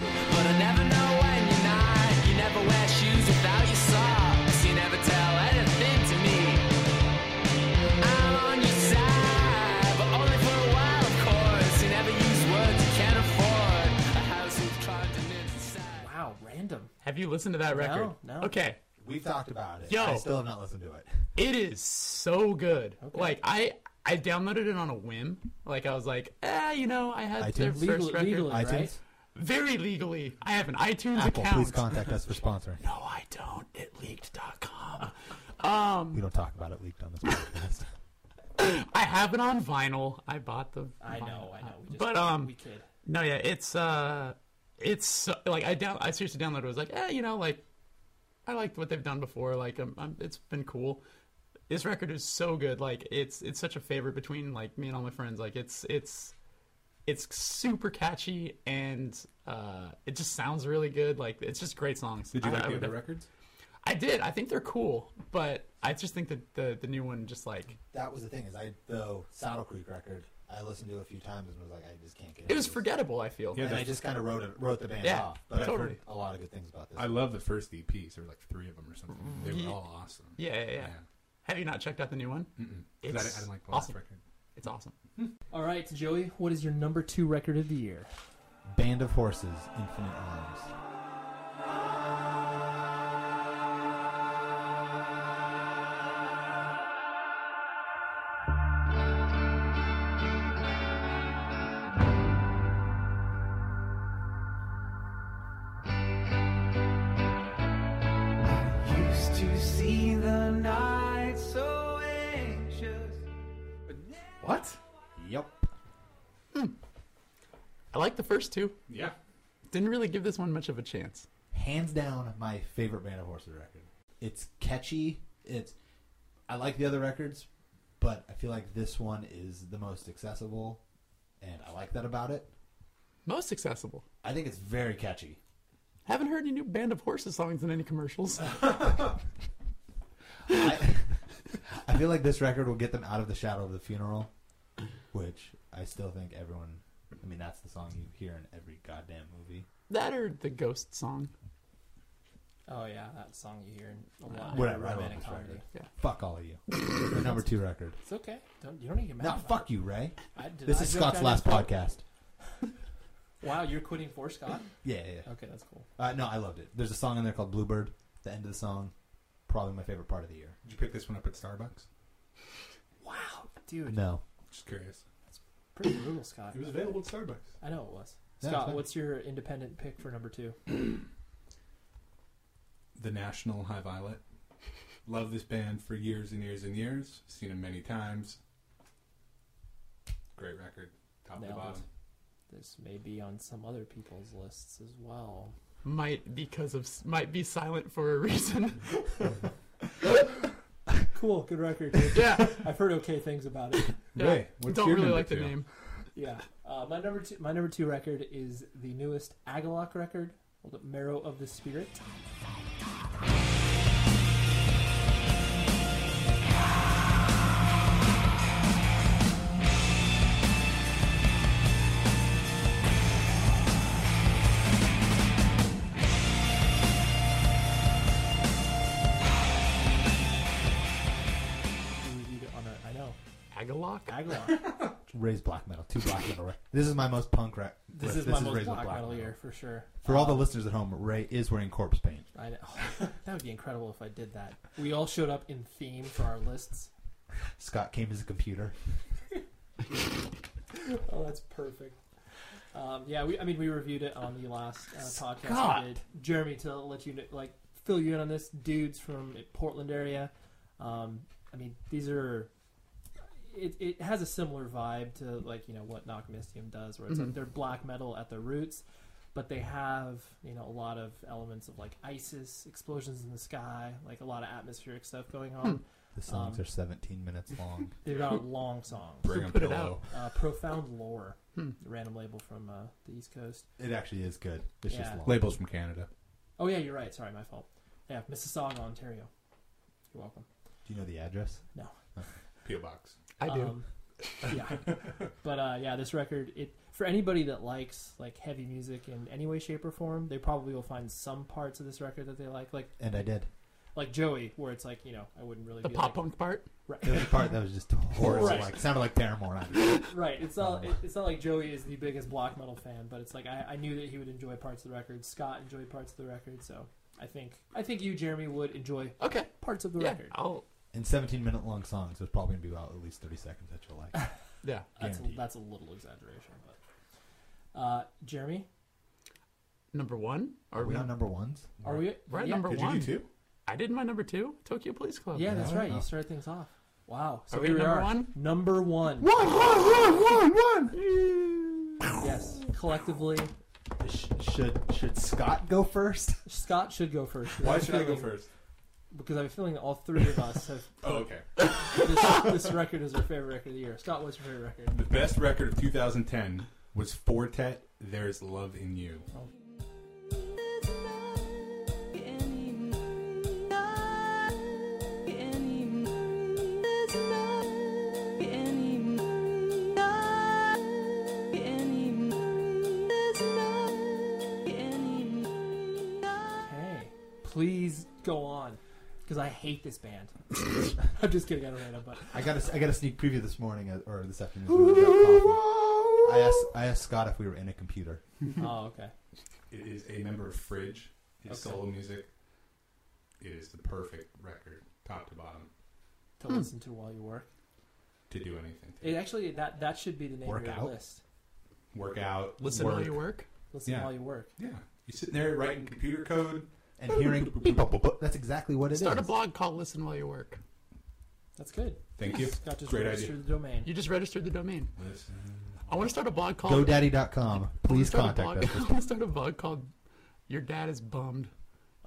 Speaker 8: But I never know when you're not. You never wear shoes without your socks. You never tell anything to me. I'm on your side, but only for a while, of course. You never use words you can't afford. A house with continents inside.
Speaker 1: Wow, random.
Speaker 4: Have you listened to that record?
Speaker 1: no.
Speaker 4: Okay,
Speaker 3: We've talked about it.
Speaker 4: Yo.
Speaker 3: I still have not listened to it.
Speaker 4: it is so good. Like I, I downloaded it on a whim. Like I was like, eh, you know, I had their
Speaker 3: iTunes?
Speaker 4: first
Speaker 1: Legal-
Speaker 4: record
Speaker 1: legally,
Speaker 3: iTunes,
Speaker 1: right?
Speaker 4: very legally. I have an iTunes
Speaker 3: Apple,
Speaker 4: account.
Speaker 3: please contact us for sponsoring.
Speaker 4: no, I don't. It leaked.com. Um,
Speaker 3: We don't talk about it leaked on this podcast.
Speaker 4: I have it on vinyl. I bought the.
Speaker 1: I know,
Speaker 4: vinyl.
Speaker 1: I know. We just,
Speaker 4: but um,
Speaker 1: we kid.
Speaker 4: No, yeah, it's uh, it's so- like I down, I seriously downloaded. it. I was like, eh, you know, like I liked what they've done before. Like, um, um, it's been cool. This record is so good. Like, it's it's such a favorite between like me and all my friends. Like, it's it's it's super catchy and uh, it just sounds really good. Like, it's just great songs.
Speaker 2: Did you
Speaker 4: I-
Speaker 2: like
Speaker 4: I,
Speaker 2: the
Speaker 4: would
Speaker 2: other
Speaker 4: def-
Speaker 2: records?
Speaker 4: I did. I think they're cool, but I just think that the the new one just like
Speaker 3: that was the thing is I the Saddle Creek record I listened to a few times and was like I just can't get
Speaker 4: it was
Speaker 3: into this.
Speaker 4: forgettable. I feel.
Speaker 2: Yeah,
Speaker 3: and I
Speaker 2: that's-
Speaker 3: just kind of wrote it wrote the band
Speaker 4: Yeah,
Speaker 3: off but I've
Speaker 4: totally.
Speaker 3: heard a lot of good things about this
Speaker 2: I love the first EPs. There were like three of them or something. They were
Speaker 4: Ye-
Speaker 2: all awesome.
Speaker 4: Yeah, yeah, yeah. Have you not checked out the new one?
Speaker 2: Mm-mm. 'Cause I,
Speaker 4: It's
Speaker 2: didn't, I didn't like the
Speaker 4: awesome.
Speaker 2: last record.
Speaker 4: It's awesome.
Speaker 1: All right, Joey, what is your number two record of the year?
Speaker 3: Band of Horses Infinite Arms
Speaker 8: Used to see the night so anxious.
Speaker 2: What?
Speaker 3: Yep
Speaker 4: I like the first two.
Speaker 2: Yeah.
Speaker 4: Didn't really give this one much of a chance.
Speaker 3: hands down my favorite Band of Horses record it's catchy it's I like the other records but I feel like this one is the most accessible and I like that about it
Speaker 4: Most accessible.
Speaker 3: I think it's very catchy
Speaker 4: Haven't heard any new Band of Horses songs in any commercials.
Speaker 3: I, I feel like this record will get them out of the shadow of the funeral, which I still think everyone I mean, that's the song you hear in every goddamn movie.
Speaker 4: That or the ghost song.
Speaker 1: Oh yeah, that song you hear in a lot.
Speaker 3: Uh, Whatever, I love
Speaker 1: romantic
Speaker 3: this
Speaker 1: comedy.
Speaker 3: record.
Speaker 4: Yeah.
Speaker 3: Fuck all of you. The number two record.
Speaker 1: It's okay. Don't you don't need to get mad.
Speaker 3: No,
Speaker 1: about
Speaker 3: fuck you, Ray.
Speaker 1: it. I, did
Speaker 3: This
Speaker 1: I
Speaker 3: is
Speaker 1: joke
Speaker 3: Scott's
Speaker 1: down
Speaker 3: last
Speaker 1: your throat?
Speaker 3: podcast.
Speaker 1: Wow, you're quitting for Scott?
Speaker 3: Yeah, yeah. yeah.
Speaker 1: Okay, that's cool.
Speaker 3: Uh, no, I loved it. There's a song in there called Bluebird. The end of the song, probably my favorite part of the year.
Speaker 2: Did you pick this one up at Starbucks?
Speaker 1: Dude,
Speaker 3: No,
Speaker 2: Just curious.
Speaker 1: pretty brutal, Scott.
Speaker 2: It was available at Starbucks.
Speaker 1: I know it was.
Speaker 3: Yeah,
Speaker 1: Scott,
Speaker 3: it's fine.
Speaker 1: what's your independent pick for number two?
Speaker 2: The National High Violet. Love this band for years and years and years. Seen them many times. Great record, top to
Speaker 1: Nailed it.
Speaker 2: bottom.
Speaker 1: This may be on some other people's lists as well.
Speaker 4: Might because of s- might be silent for a reason.
Speaker 1: Cool, good record.
Speaker 4: yeah.
Speaker 1: I've heard okay things about it.
Speaker 4: yeah.
Speaker 2: Ray, what's
Speaker 4: Don't
Speaker 2: your
Speaker 4: really
Speaker 2: number
Speaker 4: like the
Speaker 2: two?
Speaker 4: name.
Speaker 1: Yeah. Uh, my number two my number two record is the newest Agalock record called Marrow of the Spirit. We reviewed it on our- I know.
Speaker 4: Agalock.
Speaker 1: Agalock.
Speaker 3: Ray's black metal. Two black metal. rec- This is my most punk rec.
Speaker 1: This
Speaker 3: list.
Speaker 1: is my most
Speaker 3: Ray's
Speaker 1: black metal year for sure.
Speaker 3: For all the
Speaker 1: Uh,
Speaker 3: listeners at home, Ray is wearing corpse paint.
Speaker 1: I know. that would be incredible if I did that. We all showed up in theme for our lists.
Speaker 3: Scott came to his computer.
Speaker 1: Oh, that's perfect. Um, yeah, we, I mean, we reviewed it on the last uh, podcast.
Speaker 4: Scott!
Speaker 1: We did. Jeremy, to let you kn- like fill you in on this, dudes from Portland area. Um, I mean, these are. It, it has a similar vibe to like you know what Knock Mystium does, where it's
Speaker 4: Mhm.
Speaker 1: like they're black metal at their roots, but they have you know a lot of elements of like ISIS, explosions in the sky, like a lot of atmospheric stuff going on.
Speaker 3: The songs
Speaker 1: Um,
Speaker 3: are 17 minutes long.
Speaker 1: They've got long songs,
Speaker 2: Bring 'em
Speaker 4: put it
Speaker 2: pillow.
Speaker 4: out.
Speaker 1: uh, profound lore,
Speaker 4: Hmm.
Speaker 1: the random label from uh, the East Coast.
Speaker 3: It actually is good. It's just
Speaker 1: Yeah.
Speaker 3: long.
Speaker 2: Labels from Canada.
Speaker 1: Oh yeah, you're right. Sorry, my fault. Yeah, Mississauga, Ontario. You're welcome.
Speaker 3: Do you know the address?
Speaker 2: P.O. Box.
Speaker 4: I do.
Speaker 1: Um, yeah, but uh, yeah, this record it for anybody that likes like heavy music in any way, shape, or form, they probably will find some parts of this record that they like, like
Speaker 3: And I did.
Speaker 1: like Joey, where it's like you know I wouldn't really
Speaker 4: the
Speaker 1: be
Speaker 4: pop
Speaker 1: like,
Speaker 4: punk part.
Speaker 3: There was a part that was just horrible.
Speaker 1: Right.
Speaker 3: Like sounded like Paramore.
Speaker 1: right. It's not
Speaker 4: Um,
Speaker 1: it- it's not like Joey is the biggest black metal fan, but it's like I, I knew that he would enjoy parts of the record. Scott enjoyed parts of the record, so I think I think you, Jeremy, would enjoy
Speaker 4: Okay.
Speaker 1: parts of the
Speaker 4: Yeah.
Speaker 1: record.
Speaker 4: I'll.
Speaker 3: And 17 minute long songs. There's probably gonna be about at least 30 seconds that you'll like.
Speaker 4: Yeah.
Speaker 1: That's a,
Speaker 3: Guaranteed.
Speaker 1: that's a little exaggeration, but uh, Jeremy,
Speaker 4: Number one. Are,
Speaker 3: Are we on number ones?
Speaker 1: are we?
Speaker 4: We're at
Speaker 1: yeah.
Speaker 4: number
Speaker 2: Did
Speaker 4: one.
Speaker 2: you do two?
Speaker 4: I did my number two. Tokyo Police Club.
Speaker 1: Yeah, that's
Speaker 3: Yeah.
Speaker 1: right. You started things off. Wow. So
Speaker 4: Are we
Speaker 1: here we
Speaker 4: number
Speaker 1: are.
Speaker 4: one?
Speaker 1: Number one.
Speaker 4: One, one, one, one, one.
Speaker 1: Yes. Collectively,
Speaker 3: Sh- should should Scott go first?
Speaker 1: Scott should go first.
Speaker 2: Why
Speaker 1: I'm
Speaker 2: should I go
Speaker 1: feeling-
Speaker 2: first?
Speaker 1: Because I have a feeling that all three of us have.
Speaker 2: Oh, okay.
Speaker 1: This, this record is our favorite record of the year. Scott, what's your favorite record?
Speaker 2: The best record of 2010 was Fortet, There's Love in You.
Speaker 1: Hey, please go on, because I hate this band. I'm just kidding. I don't hate them, but
Speaker 3: I got a, I got a sneak preview this morning uh, or this afternoon. as we were getting coffee. I asked I asked Scott if we were in a computer.
Speaker 1: oh, okay.
Speaker 2: It is a member of Fridge. His
Speaker 1: Okay.
Speaker 2: solo music. It is the perfect record, top to bottom,
Speaker 4: Hmm.
Speaker 1: To listen to while you work.
Speaker 2: to do anything. To.
Speaker 1: It actually that that should be the name of your
Speaker 3: Workout?
Speaker 1: list.
Speaker 2: Work out.
Speaker 4: Listen
Speaker 2: work.
Speaker 4: while you work.
Speaker 1: Listen
Speaker 2: Yeah.
Speaker 1: while you work.
Speaker 2: Yeah. You're sitting there writing computer code.
Speaker 3: And hearing that's exactly what it is.
Speaker 4: Start a blog called Listen While You Work.
Speaker 1: That's good.
Speaker 2: Thank you.
Speaker 1: Scott just
Speaker 2: Great
Speaker 1: registered
Speaker 2: idea.
Speaker 1: the domain.
Speaker 4: You just registered the domain.
Speaker 2: Listen.
Speaker 4: I want to start a blog called.
Speaker 3: GoDaddy.com.
Speaker 4: I wanna
Speaker 3: Please
Speaker 4: start a
Speaker 3: contact
Speaker 4: blog-
Speaker 3: us.
Speaker 4: I want to start a blog called Your Dad is Bummed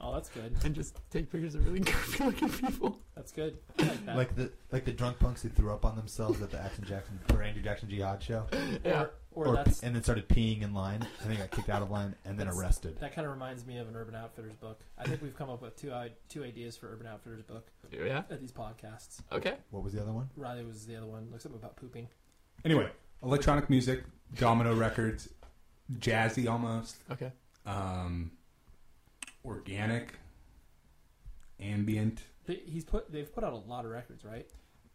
Speaker 1: Oh, that's good.
Speaker 4: and just take pictures of really goofy looking people.
Speaker 1: That's good. I like that.
Speaker 3: Like the like the drunk punks who threw up on themselves at the Action Jackson or Andrew Jackson Jihad show,
Speaker 4: Yeah.
Speaker 1: Uh, or, that's
Speaker 3: and then started peeing in line, and then got kicked out of line, and then
Speaker 1: That's-
Speaker 3: arrested.
Speaker 1: that kind of reminds me of an Urban Outfitters book. I think we've come up with two i- two ideas for Urban Outfitters book
Speaker 4: Yeah.
Speaker 1: at these podcasts.
Speaker 4: Okay.
Speaker 3: What was the other one?
Speaker 1: Riley was the other one. Like something about pooping.
Speaker 2: Anyway, Electronic music, Domino Records, jazzy almost,
Speaker 4: Okay.
Speaker 2: um, organic, ambient,
Speaker 1: They, he's put. They've put out a lot of records, right?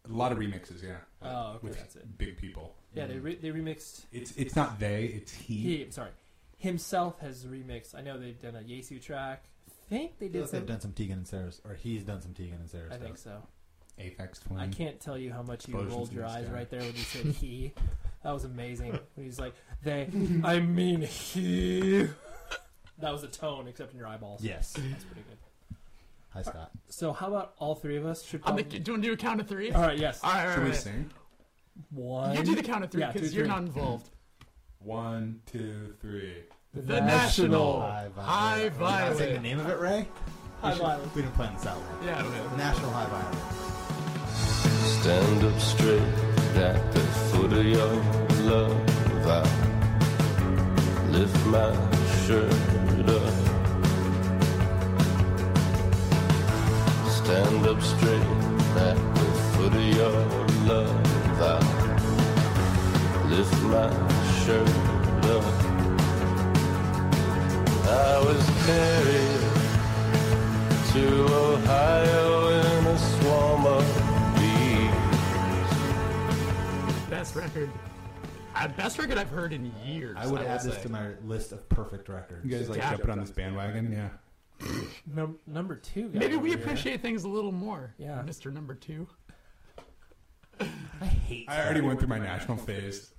Speaker 2: a lot of remixes. Yeah.
Speaker 3: Uh,
Speaker 1: Oh, okay,
Speaker 2: With
Speaker 1: that's it.
Speaker 2: Big people.
Speaker 1: Yeah,
Speaker 3: Mm.
Speaker 1: they re- they remixed.
Speaker 2: It's it's not they, it's
Speaker 1: He, I'm sorry, himself has remixed. I know they've done a Yesu track. I think they
Speaker 3: I feel
Speaker 1: did
Speaker 3: like they've
Speaker 1: some.
Speaker 3: done some Tegan and Sarah's, or he's done some Tegan and Sarah's.
Speaker 1: I
Speaker 3: stuff.
Speaker 1: think so.
Speaker 2: Apex Twin.
Speaker 1: I can't tell you how much you
Speaker 2: Mm-hmm. Explosions
Speaker 1: rolled
Speaker 2: in
Speaker 1: your
Speaker 2: the
Speaker 1: eyes
Speaker 2: sky.
Speaker 1: right there when you said he. That was amazing. When he's like, they, I mean he. That was a tone, except in your eyeballs.
Speaker 3: Yes.
Speaker 1: That's pretty good.
Speaker 3: Hi, Scott.
Speaker 1: So, how about all three of us should
Speaker 4: I'm
Speaker 1: probably.
Speaker 4: the, do you want to do a count of three?
Speaker 1: Um, All right, yes.
Speaker 4: All right, all
Speaker 2: Should we
Speaker 4: right,
Speaker 2: sing?
Speaker 7: One.
Speaker 4: You do the count of three
Speaker 1: Yeah, two,
Speaker 4: because you're
Speaker 1: three.
Speaker 4: not involved.
Speaker 2: One, two, three.
Speaker 4: The National
Speaker 3: High
Speaker 4: High
Speaker 3: Violet. Did I say the
Speaker 4: Violet.
Speaker 3: name of it, Ray?
Speaker 1: High
Speaker 3: we, should-
Speaker 1: Violet.
Speaker 3: we didn't plan this out. well.
Speaker 4: Yeah, okay.
Speaker 3: The National High Violet.
Speaker 9: Stand up straight at the foot of your love. I lift my shirt up. Stand up straight at the foot of your love. I lift my shirt up. I was carried to Ohio in a swarm of bees.
Speaker 4: Best record. Uh, best record I've heard in years.
Speaker 3: I would add
Speaker 4: will
Speaker 3: this
Speaker 4: say.
Speaker 3: to my list of perfect records.
Speaker 2: You guys like
Speaker 4: Yeah.
Speaker 2: jumping on this bandwagon? Yeah.
Speaker 1: Num- number two. guy
Speaker 4: Maybe
Speaker 1: over
Speaker 4: we
Speaker 1: here.
Speaker 4: appreciate things a little more.
Speaker 1: Yeah.
Speaker 4: Mr. Number Two.
Speaker 3: I hate.
Speaker 2: I already went through my national phase.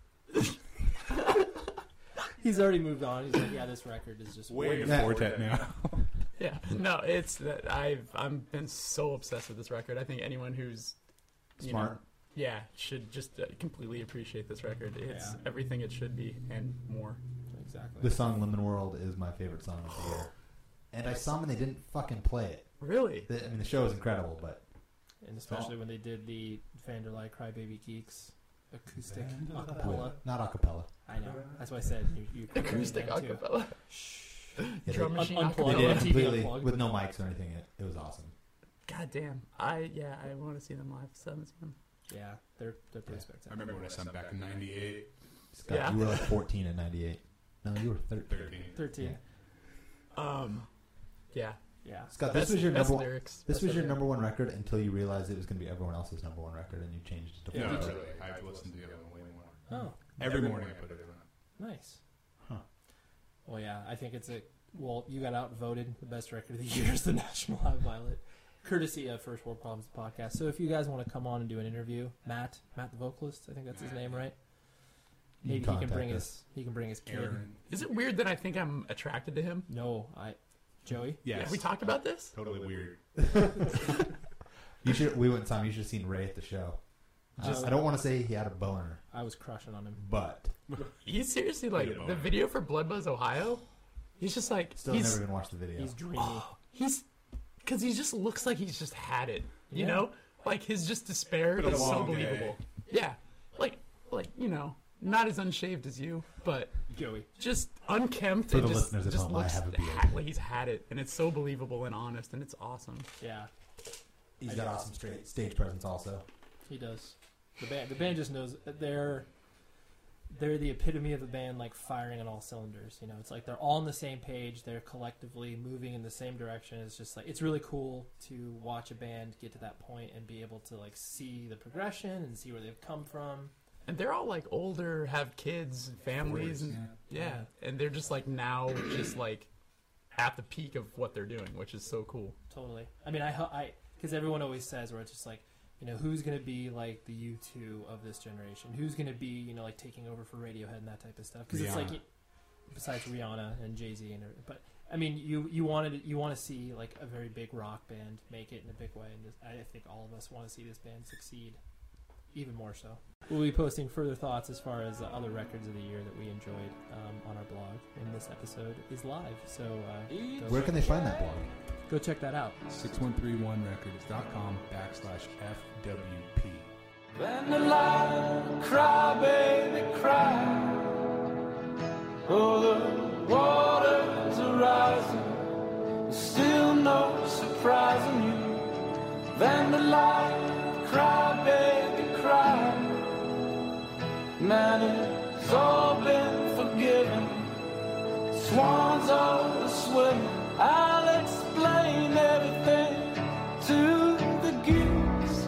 Speaker 1: He's already moved on. He's like, yeah, this record is just
Speaker 2: Way
Speaker 1: weird.
Speaker 2: to quartet now.
Speaker 4: Yeah. No, it's that I've I'm been so obsessed with this record. I think anyone who's you know,
Speaker 3: Smart.
Speaker 4: yeah, should just uh, completely appreciate this record. It's
Speaker 1: Yeah.
Speaker 4: everything it should be and more.
Speaker 1: Exactly.
Speaker 3: The song "Lemon World" is my favorite song of the year, and I saw them and they didn't fucking play it.
Speaker 4: Really?
Speaker 3: The- I mean, the show is incredible, but
Speaker 1: And especially when they did the Vanderlei Crybaby Geeks acoustic acapella.
Speaker 3: not acapella.
Speaker 1: I know. That's why I said you. you
Speaker 4: Acoustic
Speaker 1: that too.
Speaker 4: acapella.
Speaker 3: Yeah,
Speaker 4: Drum
Speaker 3: they,
Speaker 4: machine
Speaker 1: Un-
Speaker 3: they
Speaker 1: unplugged.
Speaker 4: acapella.
Speaker 1: on
Speaker 3: did
Speaker 1: TV
Speaker 3: completely
Speaker 1: unplugged.
Speaker 3: with no mics or anything. It, it was awesome.
Speaker 4: God damn. I yeah, I want to see them live. So I haven't seen them.
Speaker 1: Yeah, they're they're pretty
Speaker 2: I
Speaker 1: spectacular.
Speaker 2: remember when I sung back in 98,
Speaker 3: Scott,
Speaker 4: Yeah.
Speaker 3: you were like 14 in '98. No, you were 13.
Speaker 2: 13.
Speaker 1: Thirteen.
Speaker 4: Um yeah.
Speaker 1: Yeah.
Speaker 3: Scott,
Speaker 4: Best,
Speaker 3: this was your
Speaker 4: best
Speaker 3: number. One,
Speaker 4: lyrics.
Speaker 3: this
Speaker 4: Best
Speaker 3: was your
Speaker 4: lyrics.
Speaker 3: number one record until you realized it was going to be everyone else's number one record, and you changed it to.
Speaker 2: No,
Speaker 3: Florida.
Speaker 2: really. I've listened to the other one way more.
Speaker 1: Oh,
Speaker 2: Every morning I put it on.
Speaker 1: nice.
Speaker 3: Huh.
Speaker 1: Well, yeah, I think it's a. Well, you got outvoted. The best record of the year is the National High Violet, courtesy of First World Problems podcast. So if you guys want to come on and do an interview, Matt, Matt the vocalist, I think that's his name, right?
Speaker 3: You
Speaker 1: Maybe he can
Speaker 3: contact
Speaker 1: bring
Speaker 3: us.
Speaker 1: his he can bring his kid.
Speaker 2: Aaron.
Speaker 4: Is it weird that I think I'm attracted to him?
Speaker 1: No, I, Joey.
Speaker 2: Yes.
Speaker 4: Have we talked about this?
Speaker 2: totally weird.
Speaker 3: You should. We went and saw him. You should have seen Ray at the show. I-
Speaker 1: Just-
Speaker 3: I don't want to say he had a boner,
Speaker 1: I was crushing on him.
Speaker 3: but
Speaker 4: He's seriously
Speaker 2: Need a
Speaker 4: like the
Speaker 2: boner.
Speaker 4: video for Blood Buzz Ohio. He's just like
Speaker 3: still
Speaker 4: he's
Speaker 3: never even watched the video.
Speaker 1: He's dreamy.
Speaker 4: he's because he just looks like he's just had it. You
Speaker 1: Yeah.
Speaker 4: know, like his just despair
Speaker 2: a
Speaker 4: is so
Speaker 2: long day.
Speaker 4: believable. Yeah, like like you know, not as unshaved as you, but
Speaker 1: Joey.
Speaker 4: just unkempt.
Speaker 3: For the
Speaker 4: and just,
Speaker 3: listeners at
Speaker 4: just
Speaker 3: home, I
Speaker 4: looks
Speaker 3: have a beard.
Speaker 4: ha- like he's had it, and it's so believable and honest, and it's awesome.
Speaker 1: Yeah,
Speaker 3: He's got awesome straight stage presence also.
Speaker 1: he does. The band, the band just knows that they're they're the epitome of a band like firing on all cylinders. You know, it's like they're all on the same page. They're collectively moving in the same direction. It's just like it's really cool to watch a band get to that point and be able to like see the progression and see where they've come from.
Speaker 4: And they're all like older, have kids, families, and yeah, and they're just like now just like at the peak of what they're doing, which is so cool.
Speaker 1: Totally. I mean, I ho- I because everyone always says where it's just like. You know who's going to be like the U two of this generation? Who's going to be you know like taking over for Radiohead and that type of stuff? Because it's like
Speaker 2: Rihanna.
Speaker 1: besides Rihanna and Jay Z and everything. But I mean, you you wanted you want to see like a very big rock band make it in a big way, and just, I think all of us want to see this band succeed, even more so. We'll be posting further thoughts as far as the other records of the year that we enjoyed um, on our blog, and this episode is live, so uh,
Speaker 3: Where
Speaker 1: go,
Speaker 3: can they find that blog?
Speaker 1: go check that out.
Speaker 2: 6131records.com backslash FWP.
Speaker 9: Then the light cry, baby, cry. Oh, the waters are rising. Still no surprise in you. Then the light cry, baby, cry.
Speaker 8: Man, it's all been forgiven. Swans are swimming. I'll explain everything to the geeks.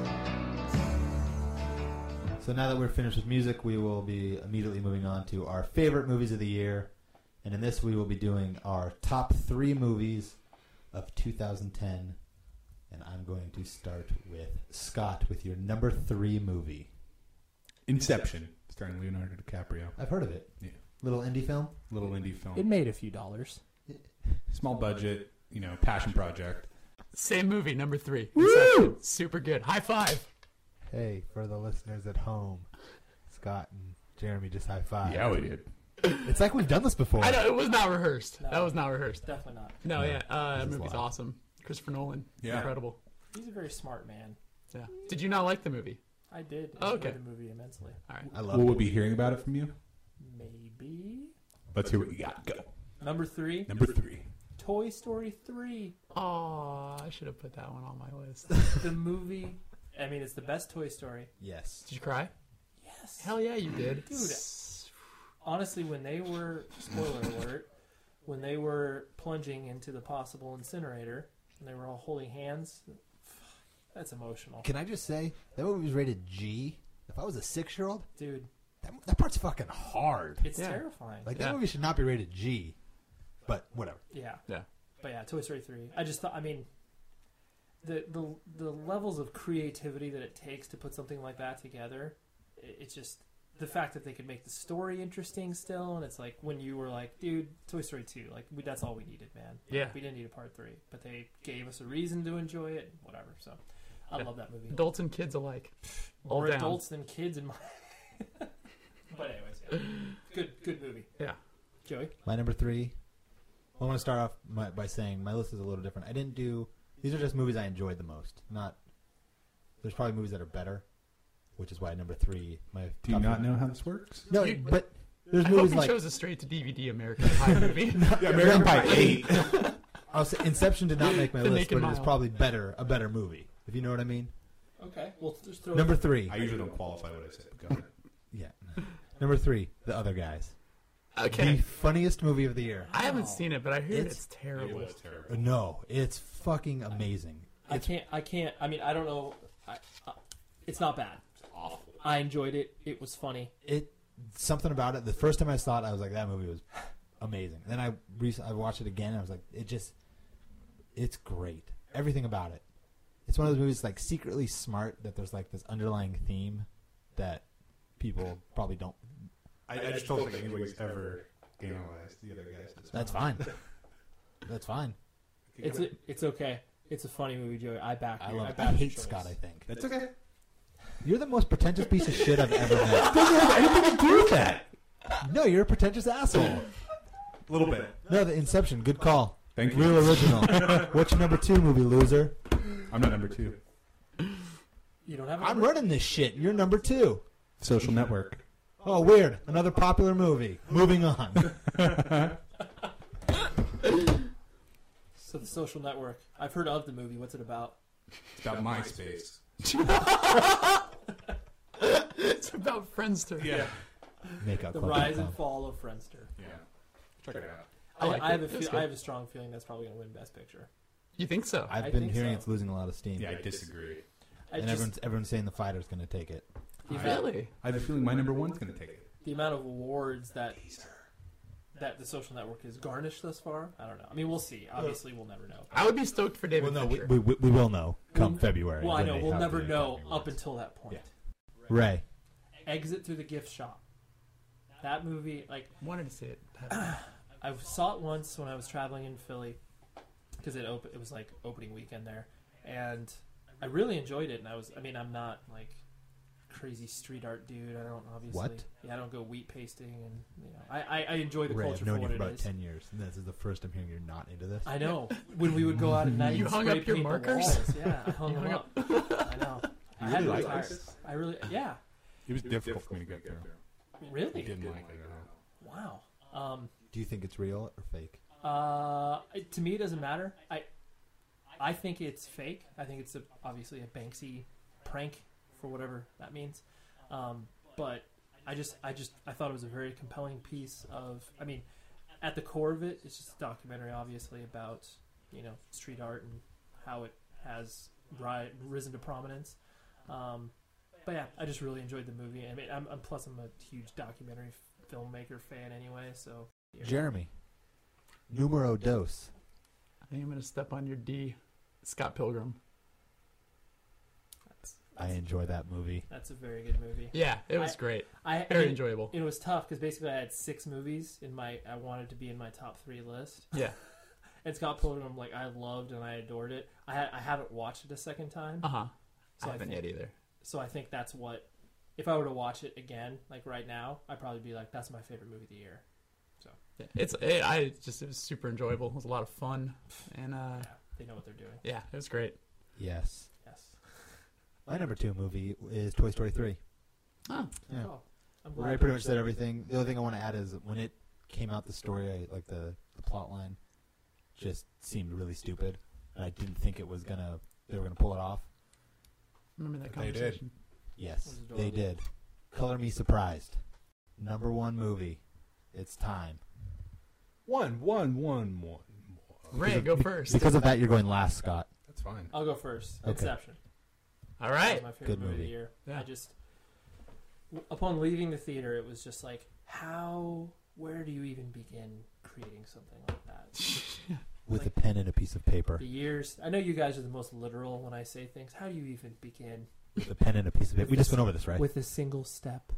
Speaker 3: So now that we're finished with music, we will be immediately moving on to our favorite movies of the year. And in this, we will be doing our top three movies of 2010. And I'm going to start with Scott with your number three movie.
Speaker 2: Inception, starring Leonardo DiCaprio.
Speaker 3: I've heard of it.
Speaker 2: Yeah.
Speaker 3: Little indie film.
Speaker 2: Little indie film.
Speaker 7: It made a few dollars.
Speaker 2: Small budget, you know, passion project.
Speaker 4: Same movie, number three. Woo! Super good. High five.
Speaker 10: Hey, for the listeners at home, Scott and Jeremy just high five.
Speaker 2: we did.
Speaker 10: It's like we've done this before.
Speaker 4: I know it was not rehersed. That was not rehearsed.
Speaker 1: Definitely not.
Speaker 4: No, yeah, uh, that
Speaker 10: is
Speaker 4: movie's
Speaker 10: live.
Speaker 4: awesome. Christopher Nolan,
Speaker 2: Yeah.
Speaker 4: incredible.
Speaker 1: He's a very smart man.
Speaker 4: Yeah. Did you not like the movie?
Speaker 1: I did enjoy
Speaker 4: Oh, okay.
Speaker 1: the movie immensely.
Speaker 3: I love
Speaker 2: Well,
Speaker 3: it.
Speaker 2: we'll be hearing about it from you.
Speaker 1: Maybe
Speaker 2: Let's hear what you got. Go.
Speaker 1: number three,
Speaker 2: Number three.
Speaker 1: Toy Story three,
Speaker 4: Oh, I should have put that one on my list.
Speaker 1: the movie. I mean, it's the best Toy Story.
Speaker 3: Yes.
Speaker 4: Did you cry?
Speaker 1: Yes.
Speaker 4: Hell yeah, you did.
Speaker 1: Dude. honestly, when they were spoiler alert, when they were plunging into the possible incinerator and they were all holding hands, that's emotional,
Speaker 3: Can I just say that movie was rated G? If I was a six-year-old,
Speaker 1: dude.
Speaker 3: that, that part's fucking hard.
Speaker 1: It's
Speaker 4: Yeah.
Speaker 1: terrifying.
Speaker 3: Like
Speaker 4: Yeah.
Speaker 3: that movie should not be rated G. But whatever.
Speaker 1: yeah,
Speaker 4: Yeah.
Speaker 1: but yeah, Toy Story three. I just thought. I mean, the the the levels of creativity that it takes to put something like that together, it, it's just. The fact that they could make the story interesting still, and it's like when you were like, "Dude, Toy Story two, like we, that's all we needed, man."
Speaker 4: Yeah.
Speaker 1: We didn't need a part three, but they gave us a reason to enjoy it. Whatever. So, I
Speaker 4: Yeah.
Speaker 1: love that movie.
Speaker 4: Adults and kids alike. All
Speaker 1: More
Speaker 4: down.
Speaker 1: adults than kids in my. but anyways, yeah. good good movie.
Speaker 4: Yeah.
Speaker 1: Joey,
Speaker 3: My number three. I want to start off my, by saying my list is a little different. I didn't do these are just movies I enjoyed the most. Not there's probably movies that are better, which is why number three. My
Speaker 2: Do you
Speaker 3: top
Speaker 2: not
Speaker 3: three-
Speaker 2: know how this works?
Speaker 3: No,
Speaker 4: You-
Speaker 3: but there's
Speaker 4: I hope
Speaker 3: movies
Speaker 4: he
Speaker 3: like
Speaker 4: chose a straight to DVD American Pie movie.
Speaker 2: Yeah, American Pie 8.
Speaker 3: I'll say Inception did not make my
Speaker 4: The
Speaker 3: list,
Speaker 4: Naked
Speaker 3: but it is
Speaker 4: Mile.
Speaker 3: probably better a better movie. If you know what I mean.
Speaker 1: okay, well just throw
Speaker 3: Number three.
Speaker 2: I usually don't qualify what I said. but Go ahead.
Speaker 3: yeah. Number three. The Other Guys.
Speaker 4: Okay.
Speaker 3: The funniest movie of the year.
Speaker 4: I haven't seen it, but I hear
Speaker 3: It's-
Speaker 4: it's, terrible.
Speaker 2: It was terrible.
Speaker 3: No, it's fucking amazing.
Speaker 1: I can't. I can't. I mean, I don't know. I, I, it's not bad. Awful. I enjoyed it. It was funny.
Speaker 3: it something about it. The first time I saw it, I was like, that movie was amazing. Then I rec- I watched it again, and I was like, it just, it's great. Everything about it. It's one of those movies like secretly smart that there's like this underlying theme that people probably don't.
Speaker 2: I, I just don't think anybody's ever analyzed the other guys. this
Speaker 3: That's
Speaker 2: much.
Speaker 3: fine. That's fine.
Speaker 1: It's it's okay. It's a funny movie, Joey. I back
Speaker 3: I
Speaker 1: you.
Speaker 3: love. It. I
Speaker 1: back your
Speaker 3: hate
Speaker 1: choice.
Speaker 3: Scott. I think
Speaker 2: That's okay.
Speaker 3: you're the most pretentious piece of shit I've ever met.
Speaker 2: Doesn't have anything to do with that.
Speaker 3: No, you're a pretentious asshole.
Speaker 2: A little bit.
Speaker 3: No, the Inception. Good call.
Speaker 2: Thank you.
Speaker 3: Real original. What's your number two movie, loser?
Speaker 2: I'm not number two.
Speaker 1: You don't have. a
Speaker 3: I'm
Speaker 1: number?
Speaker 3: running this shit. You're number two.
Speaker 2: Social network.
Speaker 3: Oh, weird. Another popular movie. Moving on.
Speaker 1: So the Social Network. I've heard of the movie. What's it about?
Speaker 2: It's about MySpace.
Speaker 4: It's about Friendster.
Speaker 2: Yeah.
Speaker 3: Makeup.
Speaker 1: The rise and fall of Friendster.
Speaker 2: Yeah. Check it out.
Speaker 1: I,
Speaker 4: like
Speaker 1: I have a
Speaker 4: it. It was
Speaker 1: feel,
Speaker 4: good.
Speaker 1: I have a strong feeling that's probably going to win Best Picture.
Speaker 4: You think so?
Speaker 3: I've
Speaker 1: I
Speaker 3: been
Speaker 1: think
Speaker 3: hearing
Speaker 1: so.
Speaker 3: it's losing a lot of steam.
Speaker 2: Yeah, I disagree.
Speaker 1: I
Speaker 3: and
Speaker 1: just,
Speaker 3: everyone's, everyone's saying the fighter's going to take it.
Speaker 1: the, amount,
Speaker 4: really?
Speaker 2: I have a feeling my number one's going to take it.
Speaker 1: the amount of awards that that the Social Network has garnished thus far. I don't know. I mean, we'll see. Obviously, we'll never know.
Speaker 4: I would be stoked for David
Speaker 3: Well, no, we,
Speaker 4: Fincher.
Speaker 3: we, we, we will know come
Speaker 1: We'll-
Speaker 3: February.
Speaker 1: Well, I
Speaker 3: when
Speaker 1: know
Speaker 3: they
Speaker 1: we'll
Speaker 3: have
Speaker 1: never
Speaker 3: the
Speaker 1: know
Speaker 3: Academy
Speaker 1: up
Speaker 3: Awards.
Speaker 1: until that point.
Speaker 3: Ray.
Speaker 1: Exit through the gift shop. That movie, like
Speaker 4: Wanted to see it.
Speaker 1: I saw it once when I was traveling in Philly because it op- it was like opening weekend there, and I really enjoyed it. And I was, I mean, I'm not like crazy street art dude. I don't obviously.
Speaker 3: What?
Speaker 1: Yeah, I don't go wheat pasting, and you know, I I, I enjoy the
Speaker 3: Ray,
Speaker 1: culture
Speaker 3: I've
Speaker 1: for
Speaker 3: known you
Speaker 1: what
Speaker 3: for
Speaker 1: it
Speaker 3: about
Speaker 1: is.
Speaker 3: ten years, and this is the first I'm hearing you're not into this.
Speaker 1: I know when we would go out at night.
Speaker 4: You
Speaker 1: and
Speaker 4: hung
Speaker 1: spray
Speaker 4: up your
Speaker 1: paint the
Speaker 4: markers?
Speaker 1: walls. Yeah, I hung
Speaker 4: You
Speaker 1: them
Speaker 4: hung
Speaker 1: up. I know. I had
Speaker 2: really
Speaker 1: to
Speaker 2: like
Speaker 1: retire.
Speaker 2: this?
Speaker 1: I really, yeah,
Speaker 2: It was difficult for me to get through. I
Speaker 1: really.
Speaker 2: didn't like it at all.
Speaker 1: Wow. Um,
Speaker 3: Do you think it's real or fake?
Speaker 1: uh, it- to me, it doesn't matter. I, I think it's fake. I think it's a, obviously a Banksy prank for whatever that means. Um, but I just, I just, I thought it was a very compelling piece of. I mean, at the core of it, it's just a documentary, obviously, about you know street art and how it has ri- risen to prominence. Um, but yeah, I just really enjoyed the movie. I mean, I'm, I'm plus I'm a huge documentary f- filmmaker fan anyway, so.
Speaker 3: Jeremy. Numero dos.
Speaker 4: I think I'm going to step on your D, Scott Pilgrim.
Speaker 3: I enjoy that movie.
Speaker 1: That's a very good movie.
Speaker 4: Yeah, it was
Speaker 1: I-
Speaker 4: great.
Speaker 1: I, I
Speaker 4: Very
Speaker 1: mean,
Speaker 4: enjoyable.
Speaker 1: It was tough because basically I had six movies in my I wanted to be in my top three list.
Speaker 4: Yeah.
Speaker 1: and Scott Pilgrim, like I loved and I adored it. I ha- I haven't watched it a second time,
Speaker 4: Uh huh.
Speaker 1: So
Speaker 4: I
Speaker 1: I
Speaker 4: haven't
Speaker 1: think-
Speaker 4: yet either.
Speaker 1: so I think that's what. If I were to watch it again, like right now, I'd probably be like, "That's my favorite movie of the year."
Speaker 4: Yeah, It's it, I just it was super enjoyable. It was a lot of fun, and uh,
Speaker 1: Yeah, they know what they're doing.
Speaker 4: yeah, it was great.
Speaker 3: Yes.
Speaker 1: Yes.
Speaker 3: My number two movie is Toy Story 3.
Speaker 4: Oh,
Speaker 3: Yeah.
Speaker 1: Oh, I'm
Speaker 3: Well, I
Speaker 1: glad
Speaker 3: pretty
Speaker 1: that-
Speaker 3: much said everything. The only thing I want to add is when it came out, the story, I, like the, the plot line, just seemed really stupid. And I didn't think it was gonna they were gonna pull it off.
Speaker 4: remember that
Speaker 2: They did.
Speaker 4: conversation?
Speaker 3: Yes,
Speaker 1: It was
Speaker 3: they
Speaker 1: adorable.
Speaker 3: did. Color me surprised. Number one movie. It's time.
Speaker 2: One, one, one, one. one.
Speaker 4: Ray, go first.
Speaker 3: Because of that, you're going last, Scott.
Speaker 2: That's fine.
Speaker 1: I'll go first.
Speaker 3: Okay.
Speaker 1: Inception.
Speaker 4: All
Speaker 1: That
Speaker 4: right.
Speaker 1: was my favorite
Speaker 3: Good
Speaker 1: movie, of the
Speaker 3: movie.
Speaker 1: year.
Speaker 4: Yeah.
Speaker 1: I just, w- upon leaving the theater, it was just like, how, where do you even begin creating something like that?
Speaker 3: With
Speaker 1: Like-
Speaker 3: a pen and a piece of paper.
Speaker 1: The years, I know you guys are the most literal when I say things. How do you even begin
Speaker 3: With a pen and a piece of paper. We just went over this, right?
Speaker 1: with a single step?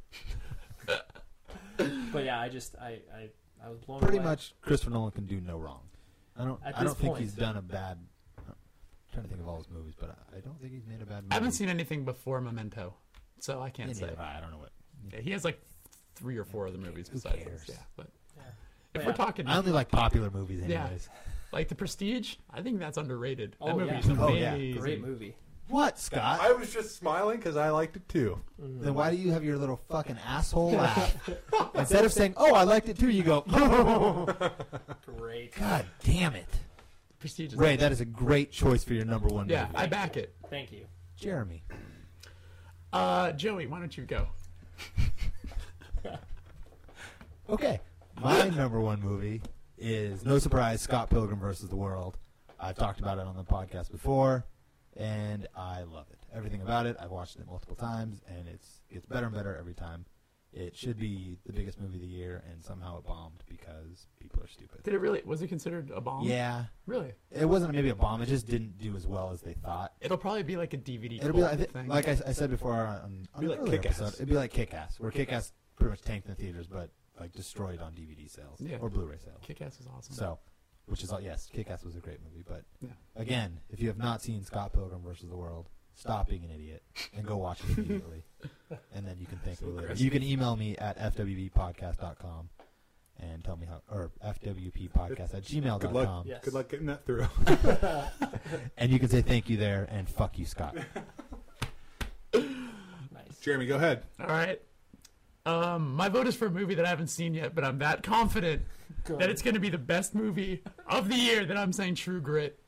Speaker 1: but yeah, I just, I, I, I was blown
Speaker 3: Pretty
Speaker 1: away.
Speaker 3: much, Christopher Nolan can do no wrong. I don't.
Speaker 1: At
Speaker 3: I don't
Speaker 1: this
Speaker 3: think
Speaker 1: point.
Speaker 3: he's done a bad. I'm trying to think of all his movies, but I, I don't think he's made a bad movie.
Speaker 4: I haven't seen anything before Memento, so I can't
Speaker 3: Yeah,
Speaker 4: say.
Speaker 3: neither have I I don't know what.
Speaker 4: Yeah, he has like three or four other movies
Speaker 3: Who
Speaker 4: besides
Speaker 3: cares?
Speaker 4: this. Yeah, but
Speaker 1: Yeah.
Speaker 4: if
Speaker 1: But
Speaker 4: we're
Speaker 1: yeah.
Speaker 4: talking
Speaker 3: I only like popular movies,
Speaker 4: Yeah.
Speaker 3: anyways.
Speaker 4: like The Prestige, I think that's underrated.
Speaker 1: Oh,
Speaker 4: that movie
Speaker 1: yeah.
Speaker 4: is amazing.
Speaker 3: Oh, yeah.
Speaker 1: Great movie.
Speaker 3: What, Scott?
Speaker 10: I was just smiling because I liked it too.
Speaker 3: Then why do you have your little fucking asshole laugh? Instead of saying, "Oh, I liked it too," you go,
Speaker 1: Great.
Speaker 3: "God damn it,
Speaker 4: The Prestige is
Speaker 3: Ray! That is a great choice for your number one
Speaker 4: Yeah,
Speaker 3: movie."
Speaker 4: I back it.
Speaker 1: Thank you.
Speaker 3: Jeremy,
Speaker 4: Uh, Joey, why don't you go?
Speaker 3: Okay. My number one movie is no surprise Scott Pilgrim versus the World. I've talked about it on the podcast before, and I love it. Everything about it. I've watched it multiple times, and it's it's better and better every time. It should be the biggest movie of the year, and somehow it bombed because people are stupid.
Speaker 4: Did it really? Was it considered a bomb?
Speaker 3: Yeah,
Speaker 4: really.
Speaker 3: it wasn't maybe a bomb. It just didn't do as well as they thought.
Speaker 4: It'll probably be like a DVD.
Speaker 3: It'll be
Speaker 4: cult
Speaker 3: like, I thi-
Speaker 4: thing.
Speaker 3: like I, s- I said before on, on
Speaker 10: Be
Speaker 3: an
Speaker 10: like
Speaker 3: earlier
Speaker 10: Kick-Ass.
Speaker 3: episode, it'd be like Kick-Ass, where Kick-Ass pretty much tanked in theaters, but like destroyed on DVD sales
Speaker 4: Yeah.
Speaker 3: or Blu-ray sales.
Speaker 4: Kick-Ass was awesome.
Speaker 3: So, which is all yes, Kick-Ass was a great movie, but
Speaker 4: Yeah.
Speaker 3: again, if you have not seen Scott Pilgrim versus the World, stop being an idiot and go watch it immediately, and then you can thank me later.
Speaker 2: aggressive.
Speaker 3: You can email me at fwbpodcast.com and tell me how, or fwppodcast at gmail
Speaker 10: Good
Speaker 3: dot
Speaker 10: luck.
Speaker 3: com,
Speaker 1: Yes.
Speaker 10: Good luck getting that through.
Speaker 3: and you can say thank you there and fuck you, Scott.
Speaker 1: Nice.
Speaker 10: Jeremy, go ahead.
Speaker 4: All right. Um, my vote is for a movie that I haven't seen yet, but I'm that confident that it's going to be the best movie of the year that I'm saying True Grit.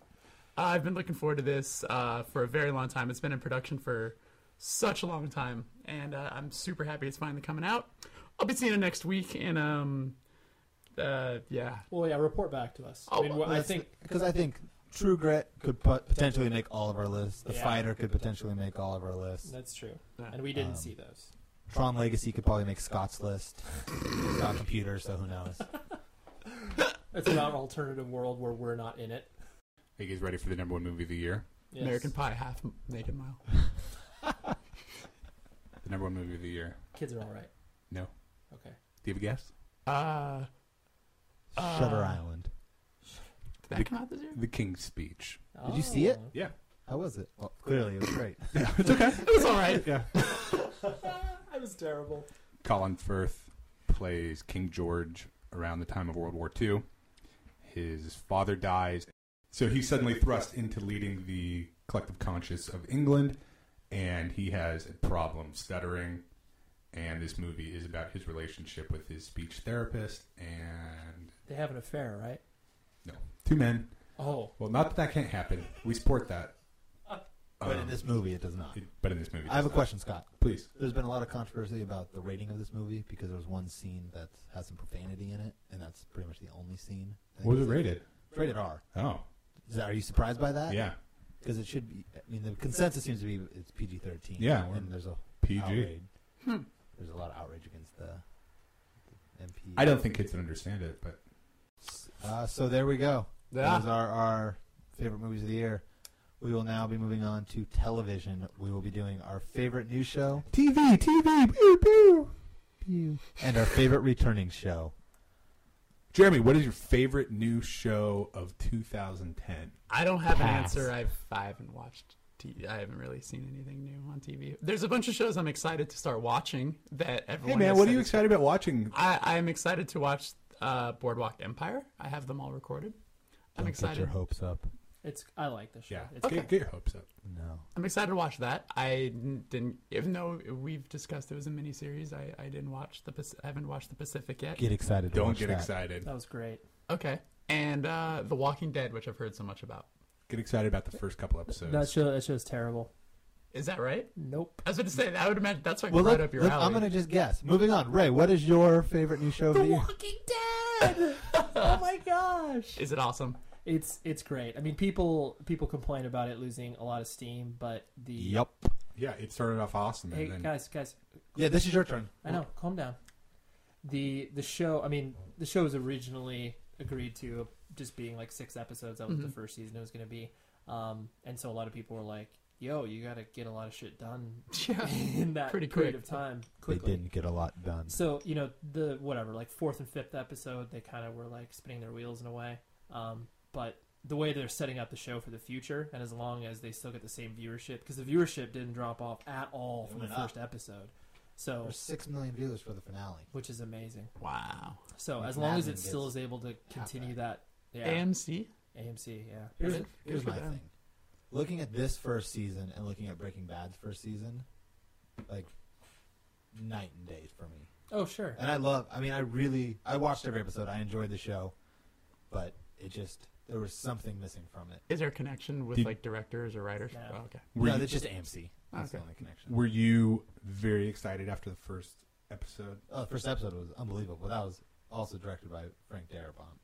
Speaker 4: Uh, I've been looking forward to this uh, for a very long time. It's been in production for such a long time, and uh, I'm super happy it's finally coming out. I'll be seeing it next week, and um, uh, yeah,
Speaker 1: Well, yeah, report back to us. I
Speaker 4: Oh,
Speaker 1: mean, well, I think
Speaker 3: because I think True Grit could put, potentially make all of our lists. The
Speaker 1: Yeah.
Speaker 3: Fighter could potentially make all of our lists.
Speaker 1: that's true,
Speaker 4: Yeah.
Speaker 1: and we didn't
Speaker 3: Um,
Speaker 1: see those.
Speaker 3: Tron Legacy could probably make Scott's list. It's not computer, so who knows?
Speaker 1: It's about an alternative world where we're not in it.
Speaker 2: Are you guys ready for the number one movie of the year?
Speaker 1: Yes.
Speaker 4: American Pie, Half Naked Mile.
Speaker 2: The number one movie of the year.
Speaker 1: kids are all right.
Speaker 2: No.
Speaker 1: Okay.
Speaker 2: Do you have a guess?
Speaker 4: Uh, uh,
Speaker 3: Shutter Island.
Speaker 4: Did that come out this year?
Speaker 2: The King's Speech.
Speaker 3: Did you see it?
Speaker 1: Oh.
Speaker 2: Yeah.
Speaker 3: How was it? Well, clearly, it was great.
Speaker 2: it's okay.
Speaker 4: It was all right.
Speaker 2: yeah.
Speaker 1: I was terrible.
Speaker 2: Colin Firth plays King George around the time of World War II. His father dies, so he's suddenly thrust into leading the collective conscience of England, and he has a problem stuttering. And this movie is about his relationship with his speech therapist and
Speaker 1: They have an affair, right?
Speaker 2: two men.
Speaker 1: Oh,
Speaker 2: Oh. Well, not that that can't happen. We support that.
Speaker 3: But in this movie, it does not.
Speaker 2: But in this movie, Um, it
Speaker 3: I have a
Speaker 2: does not.
Speaker 3: question, Scott.
Speaker 2: Please.
Speaker 3: There's been a lot of controversy about the rating of this movie because there was one scene that has some profanity in it, and that's pretty much the only scene. I think
Speaker 2: What was
Speaker 3: it's
Speaker 2: it
Speaker 3: like-
Speaker 2: rated?
Speaker 3: It's rated R.
Speaker 2: Oh.
Speaker 3: Is that, are you surprised by that?
Speaker 2: Yeah.
Speaker 3: Because it should be. I mean, the consensus seems to be it's PG-13.
Speaker 2: Yeah,
Speaker 3: and,
Speaker 2: we're
Speaker 3: there's a
Speaker 2: PG.
Speaker 3: outrage.
Speaker 4: Hmm.
Speaker 3: There's a lot of outrage against the, the MP.
Speaker 2: I don't think kids would understand it, but
Speaker 3: Uh, so there we go.
Speaker 4: Yeah.
Speaker 3: Those are our favorite movies of the year. We will now be moving on to television. We will be doing our favorite new show
Speaker 10: TV, TV, pew, pew. Pew.
Speaker 3: and our favorite returning show.
Speaker 2: Jeremy, what is your favorite new show of 2010?
Speaker 4: I don't have
Speaker 10: Pass.
Speaker 4: an answer. I've I haven't watched. T- I haven't really seen anything new on TV. There's a bunch of shows I'm excited to start watching that
Speaker 2: Hey
Speaker 4: everyone.
Speaker 2: man,
Speaker 4: has
Speaker 2: what
Speaker 4: said
Speaker 2: are you
Speaker 4: is-
Speaker 2: excited about watching?
Speaker 4: I I'm excited to watch uh, Boardwalk Empire. I have them all recorded. I'm
Speaker 3: Don't Get your
Speaker 4: excited.
Speaker 3: hopes up.
Speaker 1: It's I like this show.
Speaker 2: Yeah,
Speaker 1: It's
Speaker 2: get, get your hopes up.
Speaker 3: No.
Speaker 4: I'm excited to watch that. I n- didn't, even though we've discussed it was a miniseries. I I didn't watch the. Pac- I haven't watched the Pacific yet.
Speaker 3: Get excited. to
Speaker 2: Don't
Speaker 3: watch
Speaker 2: get
Speaker 3: that.
Speaker 2: excited.
Speaker 1: that was great.
Speaker 4: Okay. And uh, The Walking Dead, which I've heard so much about.
Speaker 2: Get excited about the first couple episodes.
Speaker 7: That's
Speaker 1: That show that show's terrible.
Speaker 4: Is that right?
Speaker 1: Nope.
Speaker 4: I was going to say that. I would imagine that's like
Speaker 3: Well,
Speaker 4: right
Speaker 3: look,
Speaker 4: up your
Speaker 3: look,
Speaker 4: alley.
Speaker 3: I'm going to just guess. Moving on. Ray, what is your favorite new show of the year?
Speaker 1: Oh my gosh.
Speaker 4: Is it awesome?
Speaker 1: It's it's great. I mean, people people complain about it losing a lot of steam, but the
Speaker 3: Yep.
Speaker 2: yeah, it started off awesome,
Speaker 1: Hey
Speaker 2: and then
Speaker 1: guys, guys,
Speaker 3: Yeah, this is your turn.
Speaker 1: I know. Calm down. The the show. I mean, the show was originally agreed to just being like six episodes. That was the
Speaker 4: Mm-hmm.
Speaker 1: first season it was going to be. Um, and so a lot of people were like, "Yo, you got to get a lot of shit done
Speaker 4: Yeah.
Speaker 1: in that
Speaker 4: Pretty
Speaker 1: period
Speaker 4: quick.
Speaker 1: of time."
Speaker 3: They
Speaker 1: Quickly.
Speaker 3: didn't get a lot done.
Speaker 1: So you know the whatever, like fourth and fifth episode, they kind of were like spinning their wheels in a way. Um, but the way they're setting up the show for the future, and as long as they still get the same viewership, because the viewership didn't drop off at all from the
Speaker 3: went up.
Speaker 1: first episode. So,
Speaker 3: There's six million viewers for the finale.
Speaker 1: which is amazing.
Speaker 4: Wow.
Speaker 1: So
Speaker 3: Like
Speaker 1: as long
Speaker 3: Mad
Speaker 1: as
Speaker 3: Men
Speaker 1: it still
Speaker 3: gets
Speaker 1: is able to continue that, yeah,
Speaker 4: AMC?
Speaker 1: AMC, yeah,
Speaker 3: Here's,
Speaker 4: Good-
Speaker 3: here's
Speaker 4: good for
Speaker 3: my
Speaker 4: them.
Speaker 3: thing. Looking at this first season and looking at Breaking Bad's first season, like night and day for me.
Speaker 1: oh sure,
Speaker 3: And I love. I mean, I really. I watched every episode. I enjoyed the show, but it just there was something missing from it.
Speaker 4: Is there a connection with
Speaker 2: Did-
Speaker 4: like directors or writers?
Speaker 1: No.
Speaker 4: Oh, okay.
Speaker 2: were,
Speaker 3: no,
Speaker 2: you,
Speaker 3: it's just AMC. That's the
Speaker 4: Okay.
Speaker 3: only connection.
Speaker 2: were you very excited after the first episode?
Speaker 3: Oh, the first episode was unbelievable. That was also directed by Frank Darabont,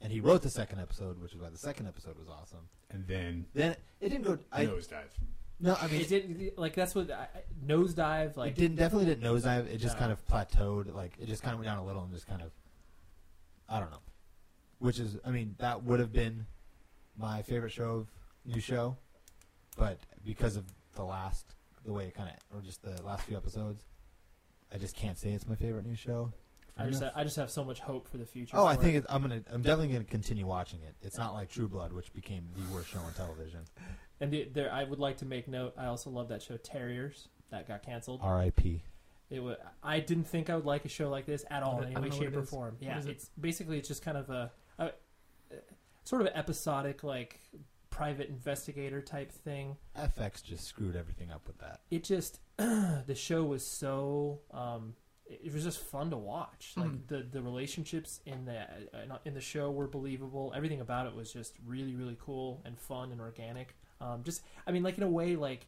Speaker 3: and he wrote the second episode, which is why the second episode was awesome.
Speaker 2: And then
Speaker 3: Then it didn't go. I
Speaker 2: nosedive.
Speaker 3: no. I mean,
Speaker 1: it didn't like that's what I, I- nosedive like
Speaker 3: it didn't definitely didn't nosedive. It just
Speaker 1: No.
Speaker 3: kind of plateaued. Like it just kind of went down a little and just kind of, I don't know. Which is, I mean, that would have been my favorite show of new show, but because of the last, the way it kind of, or just the last few episodes, I just can't say it's my favorite new show.
Speaker 1: I just I just have so much hope for the future.
Speaker 3: Oh, I
Speaker 1: for
Speaker 3: think
Speaker 1: it.
Speaker 3: it, I'm gonna. I'm definitely gonna continue watching it. It's not like True Blood, which became the worst show on television.
Speaker 1: And the, there, I would like to make note. I also love that show Terriers that got canceled.
Speaker 3: R.I.P.
Speaker 1: It wa I didn't think I would like a show like this at all
Speaker 4: I
Speaker 1: in any
Speaker 4: don't
Speaker 1: way,
Speaker 4: know what
Speaker 1: shape,
Speaker 4: it
Speaker 1: or
Speaker 4: is.
Speaker 1: form.
Speaker 4: What
Speaker 1: Yeah,
Speaker 4: is it?
Speaker 1: it's basically it's just kind of a, a, a sort of episodic like private investigator type thing.
Speaker 3: FX just screwed everything up with that.
Speaker 1: It just the show was so um, it it was just fun to watch. Like
Speaker 4: Mhm.
Speaker 1: the the relationships in the uh, in the show were believable. Everything about it was just really really cool and fun and organic. Um, just I mean like in a way like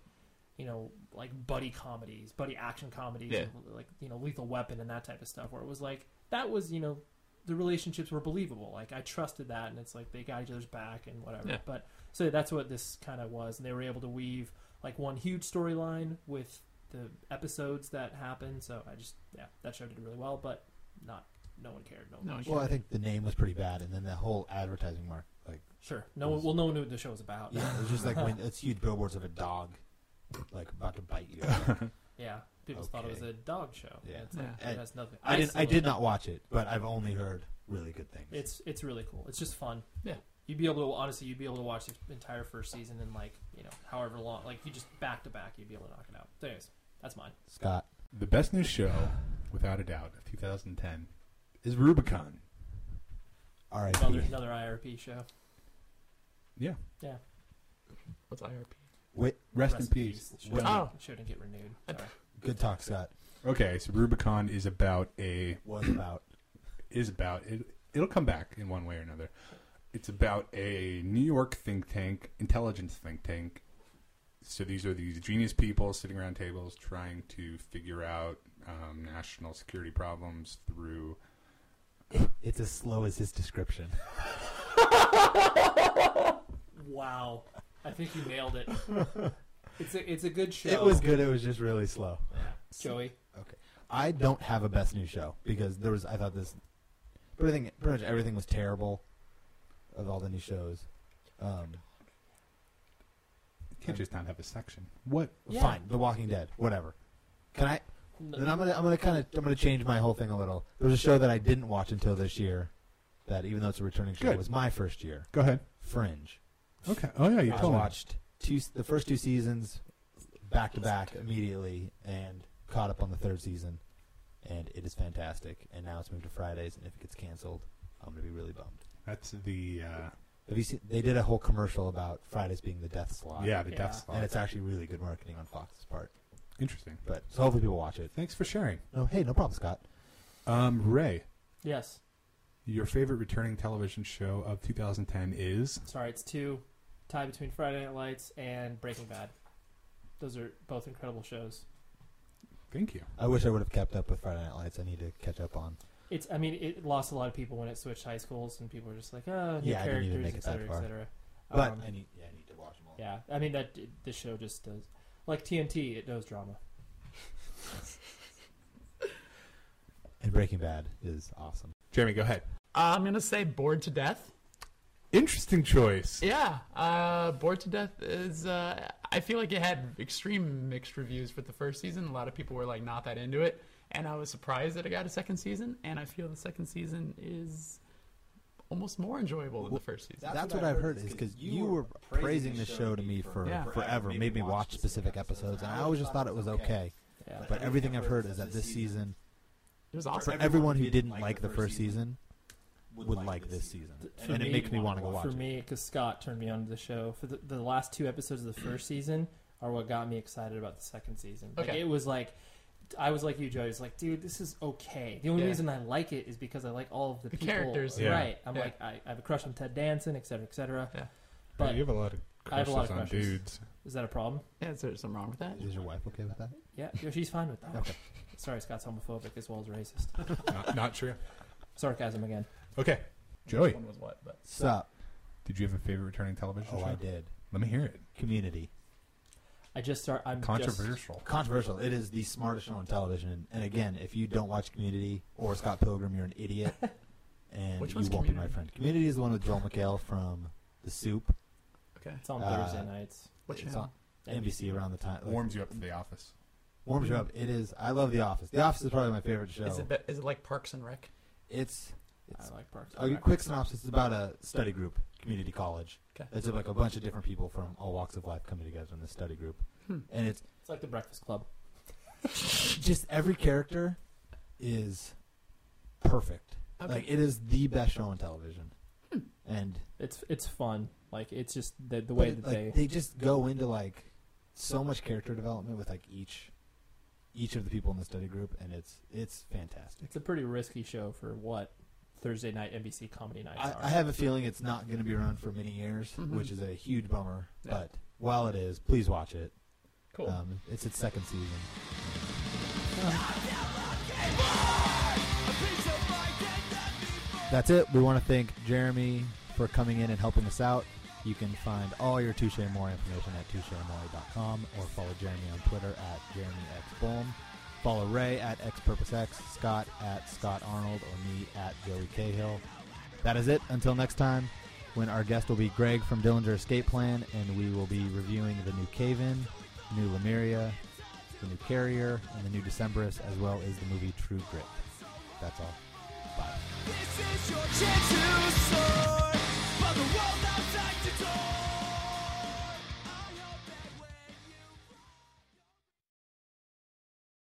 Speaker 1: you know like buddy comedies, buddy action comedies,
Speaker 4: Yeah.
Speaker 1: and, like you know Lethal Weapon and that type of stuff. Where it was like that was you know the relationships were believable. Like I trusted that, and it's like they got each other's back and whatever.
Speaker 4: Yeah.
Speaker 1: But so that's what this kind of was, and they were able to weave like one huge storyline with the episodes that happened. So I just yeah, that show did really well, but not no one cared. No,
Speaker 4: No
Speaker 1: one
Speaker 4: one
Speaker 3: Well, I think the name was pretty bad, and then the whole advertising mark, like.
Speaker 1: sure. No one well, no one knew what the show was about.
Speaker 3: Yeah, it's just like when it's huge billboards of a dog, like about to bite you.
Speaker 1: Yeah. People thought it was
Speaker 3: Okay.
Speaker 1: a dog show.
Speaker 3: Yeah.
Speaker 1: it's like,
Speaker 3: Yeah.
Speaker 1: it has nothing.
Speaker 3: I didn't. I
Speaker 1: still-
Speaker 3: did not watch it, but I've only heard really good things.
Speaker 1: It's it's really cool. It's just fun.
Speaker 4: Yeah.
Speaker 1: You'd be able to honestly, you'd be able to watch the entire first season in like you know however long, like you just back to back, you'd be able to knock it out. So anyways, that's mine.
Speaker 3: Scott.
Speaker 2: The best new show, without a doubt, of 2010 is Rubicon.
Speaker 1: Another
Speaker 3: R.I.P.
Speaker 1: another IRP show.
Speaker 2: Yeah.
Speaker 1: Yeah.
Speaker 4: What's IRP?
Speaker 3: Wait,
Speaker 2: Rest, in peace.
Speaker 1: Show, didn't-
Speaker 4: Oh.
Speaker 1: show didn't get renewed. Sorry.
Speaker 3: good talk, Scott.
Speaker 2: Okay, so Rubicon is about a
Speaker 3: Was about
Speaker 2: is about it. It'll come back in one way or another. It's about a New York think tank, intelligence think tank, so these are these genius people sitting around tables trying to figure out um, national security problems through.
Speaker 10: It's as slow as his description.
Speaker 1: Wow, I think you nailed it. It's a it's a good show.
Speaker 10: It was good. It was just really slow.
Speaker 1: Joey.
Speaker 3: Okay. I don't have a best new show because there was. I thought this. Pretty, thing, pretty much everything was terrible. Of all the new shows, um,
Speaker 2: You can't just not have a section. What?
Speaker 1: Yeah.
Speaker 3: fine. The Walking Dead, whatever. Can I? Then I'm gonna I'm gonna kind of I'm gonna change my whole thing a little. There's a show that I didn't watch until this year. That even though it's a returning show,
Speaker 2: Good.
Speaker 3: it was my first year.
Speaker 2: Go ahead.
Speaker 3: Fringe.
Speaker 2: Okay. Oh yeah, you
Speaker 3: I
Speaker 2: told me.
Speaker 3: watched two the first two seasons back to back immediately and caught up on the third season, and it is fantastic. And now it's moved to Fridays, and if it gets canceled, I'm gonna be really bummed.
Speaker 2: That's the uh,
Speaker 3: Have you seen? They did a whole commercial about Fridays being the death slot.
Speaker 2: yeah the
Speaker 1: Yeah.
Speaker 2: death
Speaker 3: and
Speaker 2: slot.
Speaker 3: it's actually really good marketing on Fox's part.
Speaker 2: Interesting.
Speaker 3: But so hopefully people watch it.
Speaker 2: Thanks for sharing.
Speaker 3: No, hey, no problem, Scott.
Speaker 2: Um, Ray,
Speaker 1: Yes.
Speaker 2: your favorite returning television show of 2010 is?
Speaker 1: Sorry, it's two. Tie between Friday Night Lights and Breaking Bad. Those are both incredible shows.
Speaker 2: Thank you.
Speaker 3: I wish I would have kept up with Friday Night Lights. I need to catch up on.
Speaker 1: It's I mean it lost a lot of people when it switched high schools and people were just like oh new
Speaker 3: Yeah, I didn't even
Speaker 1: characters
Speaker 3: make it that
Speaker 1: etc
Speaker 3: far.
Speaker 1: etc.
Speaker 3: But
Speaker 1: Um,
Speaker 3: I need, yeah, I need to watch them all.
Speaker 1: yeah, I mean that this show just does like TNT. It does drama.
Speaker 3: And Breaking Bad is awesome.
Speaker 2: Jeremy, go ahead.
Speaker 4: Uh, I'm gonna say bored to death.
Speaker 2: Interesting choice.
Speaker 4: Yeah, uh, Bored to Death is. Uh, I feel like it had extreme mixed reviews for the first season. A lot of people were like not that into it, and I was surprised that it got a second season. And I feel the second season is almost more enjoyable than the first season.
Speaker 3: That's, what I've heard is because you were praising the show to me for
Speaker 4: Yeah.
Speaker 3: forever, made me watch specific episodes, and I always just thought it was okay.
Speaker 1: Yeah.
Speaker 3: But everything I've heard is that this season,
Speaker 4: It was
Speaker 3: for
Speaker 4: awesome.
Speaker 3: everyone who didn't like the first season, would like this season,
Speaker 1: For
Speaker 3: and it
Speaker 1: me-
Speaker 3: makes me want to go watch
Speaker 1: for
Speaker 3: it.
Speaker 1: me because Scott turned me on to the show. For the, the last two episodes of the first season are what got me excited about the second season. Like
Speaker 4: Okay.
Speaker 1: it was like. I was like you, Joey. It's like, dude, this is okay. The only
Speaker 4: Yeah.
Speaker 1: reason I like it is because I like all of the,
Speaker 4: The
Speaker 1: people.
Speaker 4: characters.
Speaker 2: Yeah.
Speaker 1: right? I'm
Speaker 4: Yeah.
Speaker 1: like, I, I have a crush on Ted Danson, et cetera, et cetera.
Speaker 4: Yeah.
Speaker 1: But
Speaker 2: you have a lot of
Speaker 1: I have
Speaker 2: crushes
Speaker 1: a lot of
Speaker 2: on
Speaker 1: crushes.
Speaker 2: dudes.
Speaker 1: is that a problem?
Speaker 4: Yeah, is there something wrong with that?
Speaker 3: Is your wife okay with that?
Speaker 1: Yeah, yeah, she's fine with that.
Speaker 3: Okay.
Speaker 1: Sorry, Scott's homophobic as well as racist.
Speaker 2: not, not true.
Speaker 1: Sarcasm again.
Speaker 2: Okay, Joey,
Speaker 4: One was what? But
Speaker 3: Sup?
Speaker 2: did you have a favorite returning television
Speaker 3: Oh,
Speaker 2: show?
Speaker 3: I did.
Speaker 2: Let me hear it.
Speaker 3: Community.
Speaker 1: I just start. I'm Just,
Speaker 2: Controversial.
Speaker 3: controversial. It is the smartest show on television. And again, if you don't watch Community or Scott Pilgrim, you're an idiot, and
Speaker 4: Which
Speaker 3: you
Speaker 4: one's
Speaker 3: won't be my
Speaker 4: Community?
Speaker 3: friend. Community is the one with Joel McHale from The Soup.
Speaker 4: okay,
Speaker 1: it's on
Speaker 3: Uh,
Speaker 1: Thursday nights.
Speaker 4: what
Speaker 3: it's
Speaker 4: channel?
Speaker 3: on NBC around the time like,
Speaker 2: Warms you up for The Office.
Speaker 3: warms you up. It is. I love The Office. The Office is probably my favorite show.
Speaker 4: Is it be- is it like Parks and Rec?
Speaker 3: it's
Speaker 1: I
Speaker 3: it's
Speaker 1: like Parks.
Speaker 3: a quick synopsis. It's about a study group, community college.
Speaker 4: Okay.
Speaker 3: It's like a bunch of different people from all walks of life coming together in this study group,
Speaker 4: Hmm.
Speaker 3: and it's
Speaker 1: It's like the Breakfast Club.
Speaker 3: just every character is perfect.
Speaker 4: Okay.
Speaker 3: Like it is the best show on television, and
Speaker 1: It's it's fun. Like it's just the the
Speaker 3: but
Speaker 1: way
Speaker 3: it-
Speaker 1: that
Speaker 3: like,
Speaker 1: they.
Speaker 3: they just go into like so much character development with like each each of the people in the study group, and it's it's fantastic.
Speaker 1: It's a pretty risky show for what Thursday night NBC comedy nights
Speaker 3: I,
Speaker 1: are.
Speaker 3: I have a feeling it's not going to be around for many years,
Speaker 4: Mhm.
Speaker 3: which is a huge bummer.
Speaker 4: Yeah.
Speaker 3: But while it is, please watch it.
Speaker 4: Cool.
Speaker 3: Um, it's its second season. That's it. We want to thank Jeremy for coming in and helping us out. You can find all your Touche More information at toucheamore.com or follow Jeremy on Twitter at JeremyXBulm. Follow Ray at XPurposeX, Scott at Scott Arnold, or me at Joey Cahill. That is it. Until next time, when our guest will be Greg from Dillinger Escape Plan, and we will be reviewing the new Cave In, new Lemuria, the new Carrier, and the new Decemberus, as well as the movie True Grit. That's all. Bye.
Speaker 8: This is your chance to soar, but the world outside your door.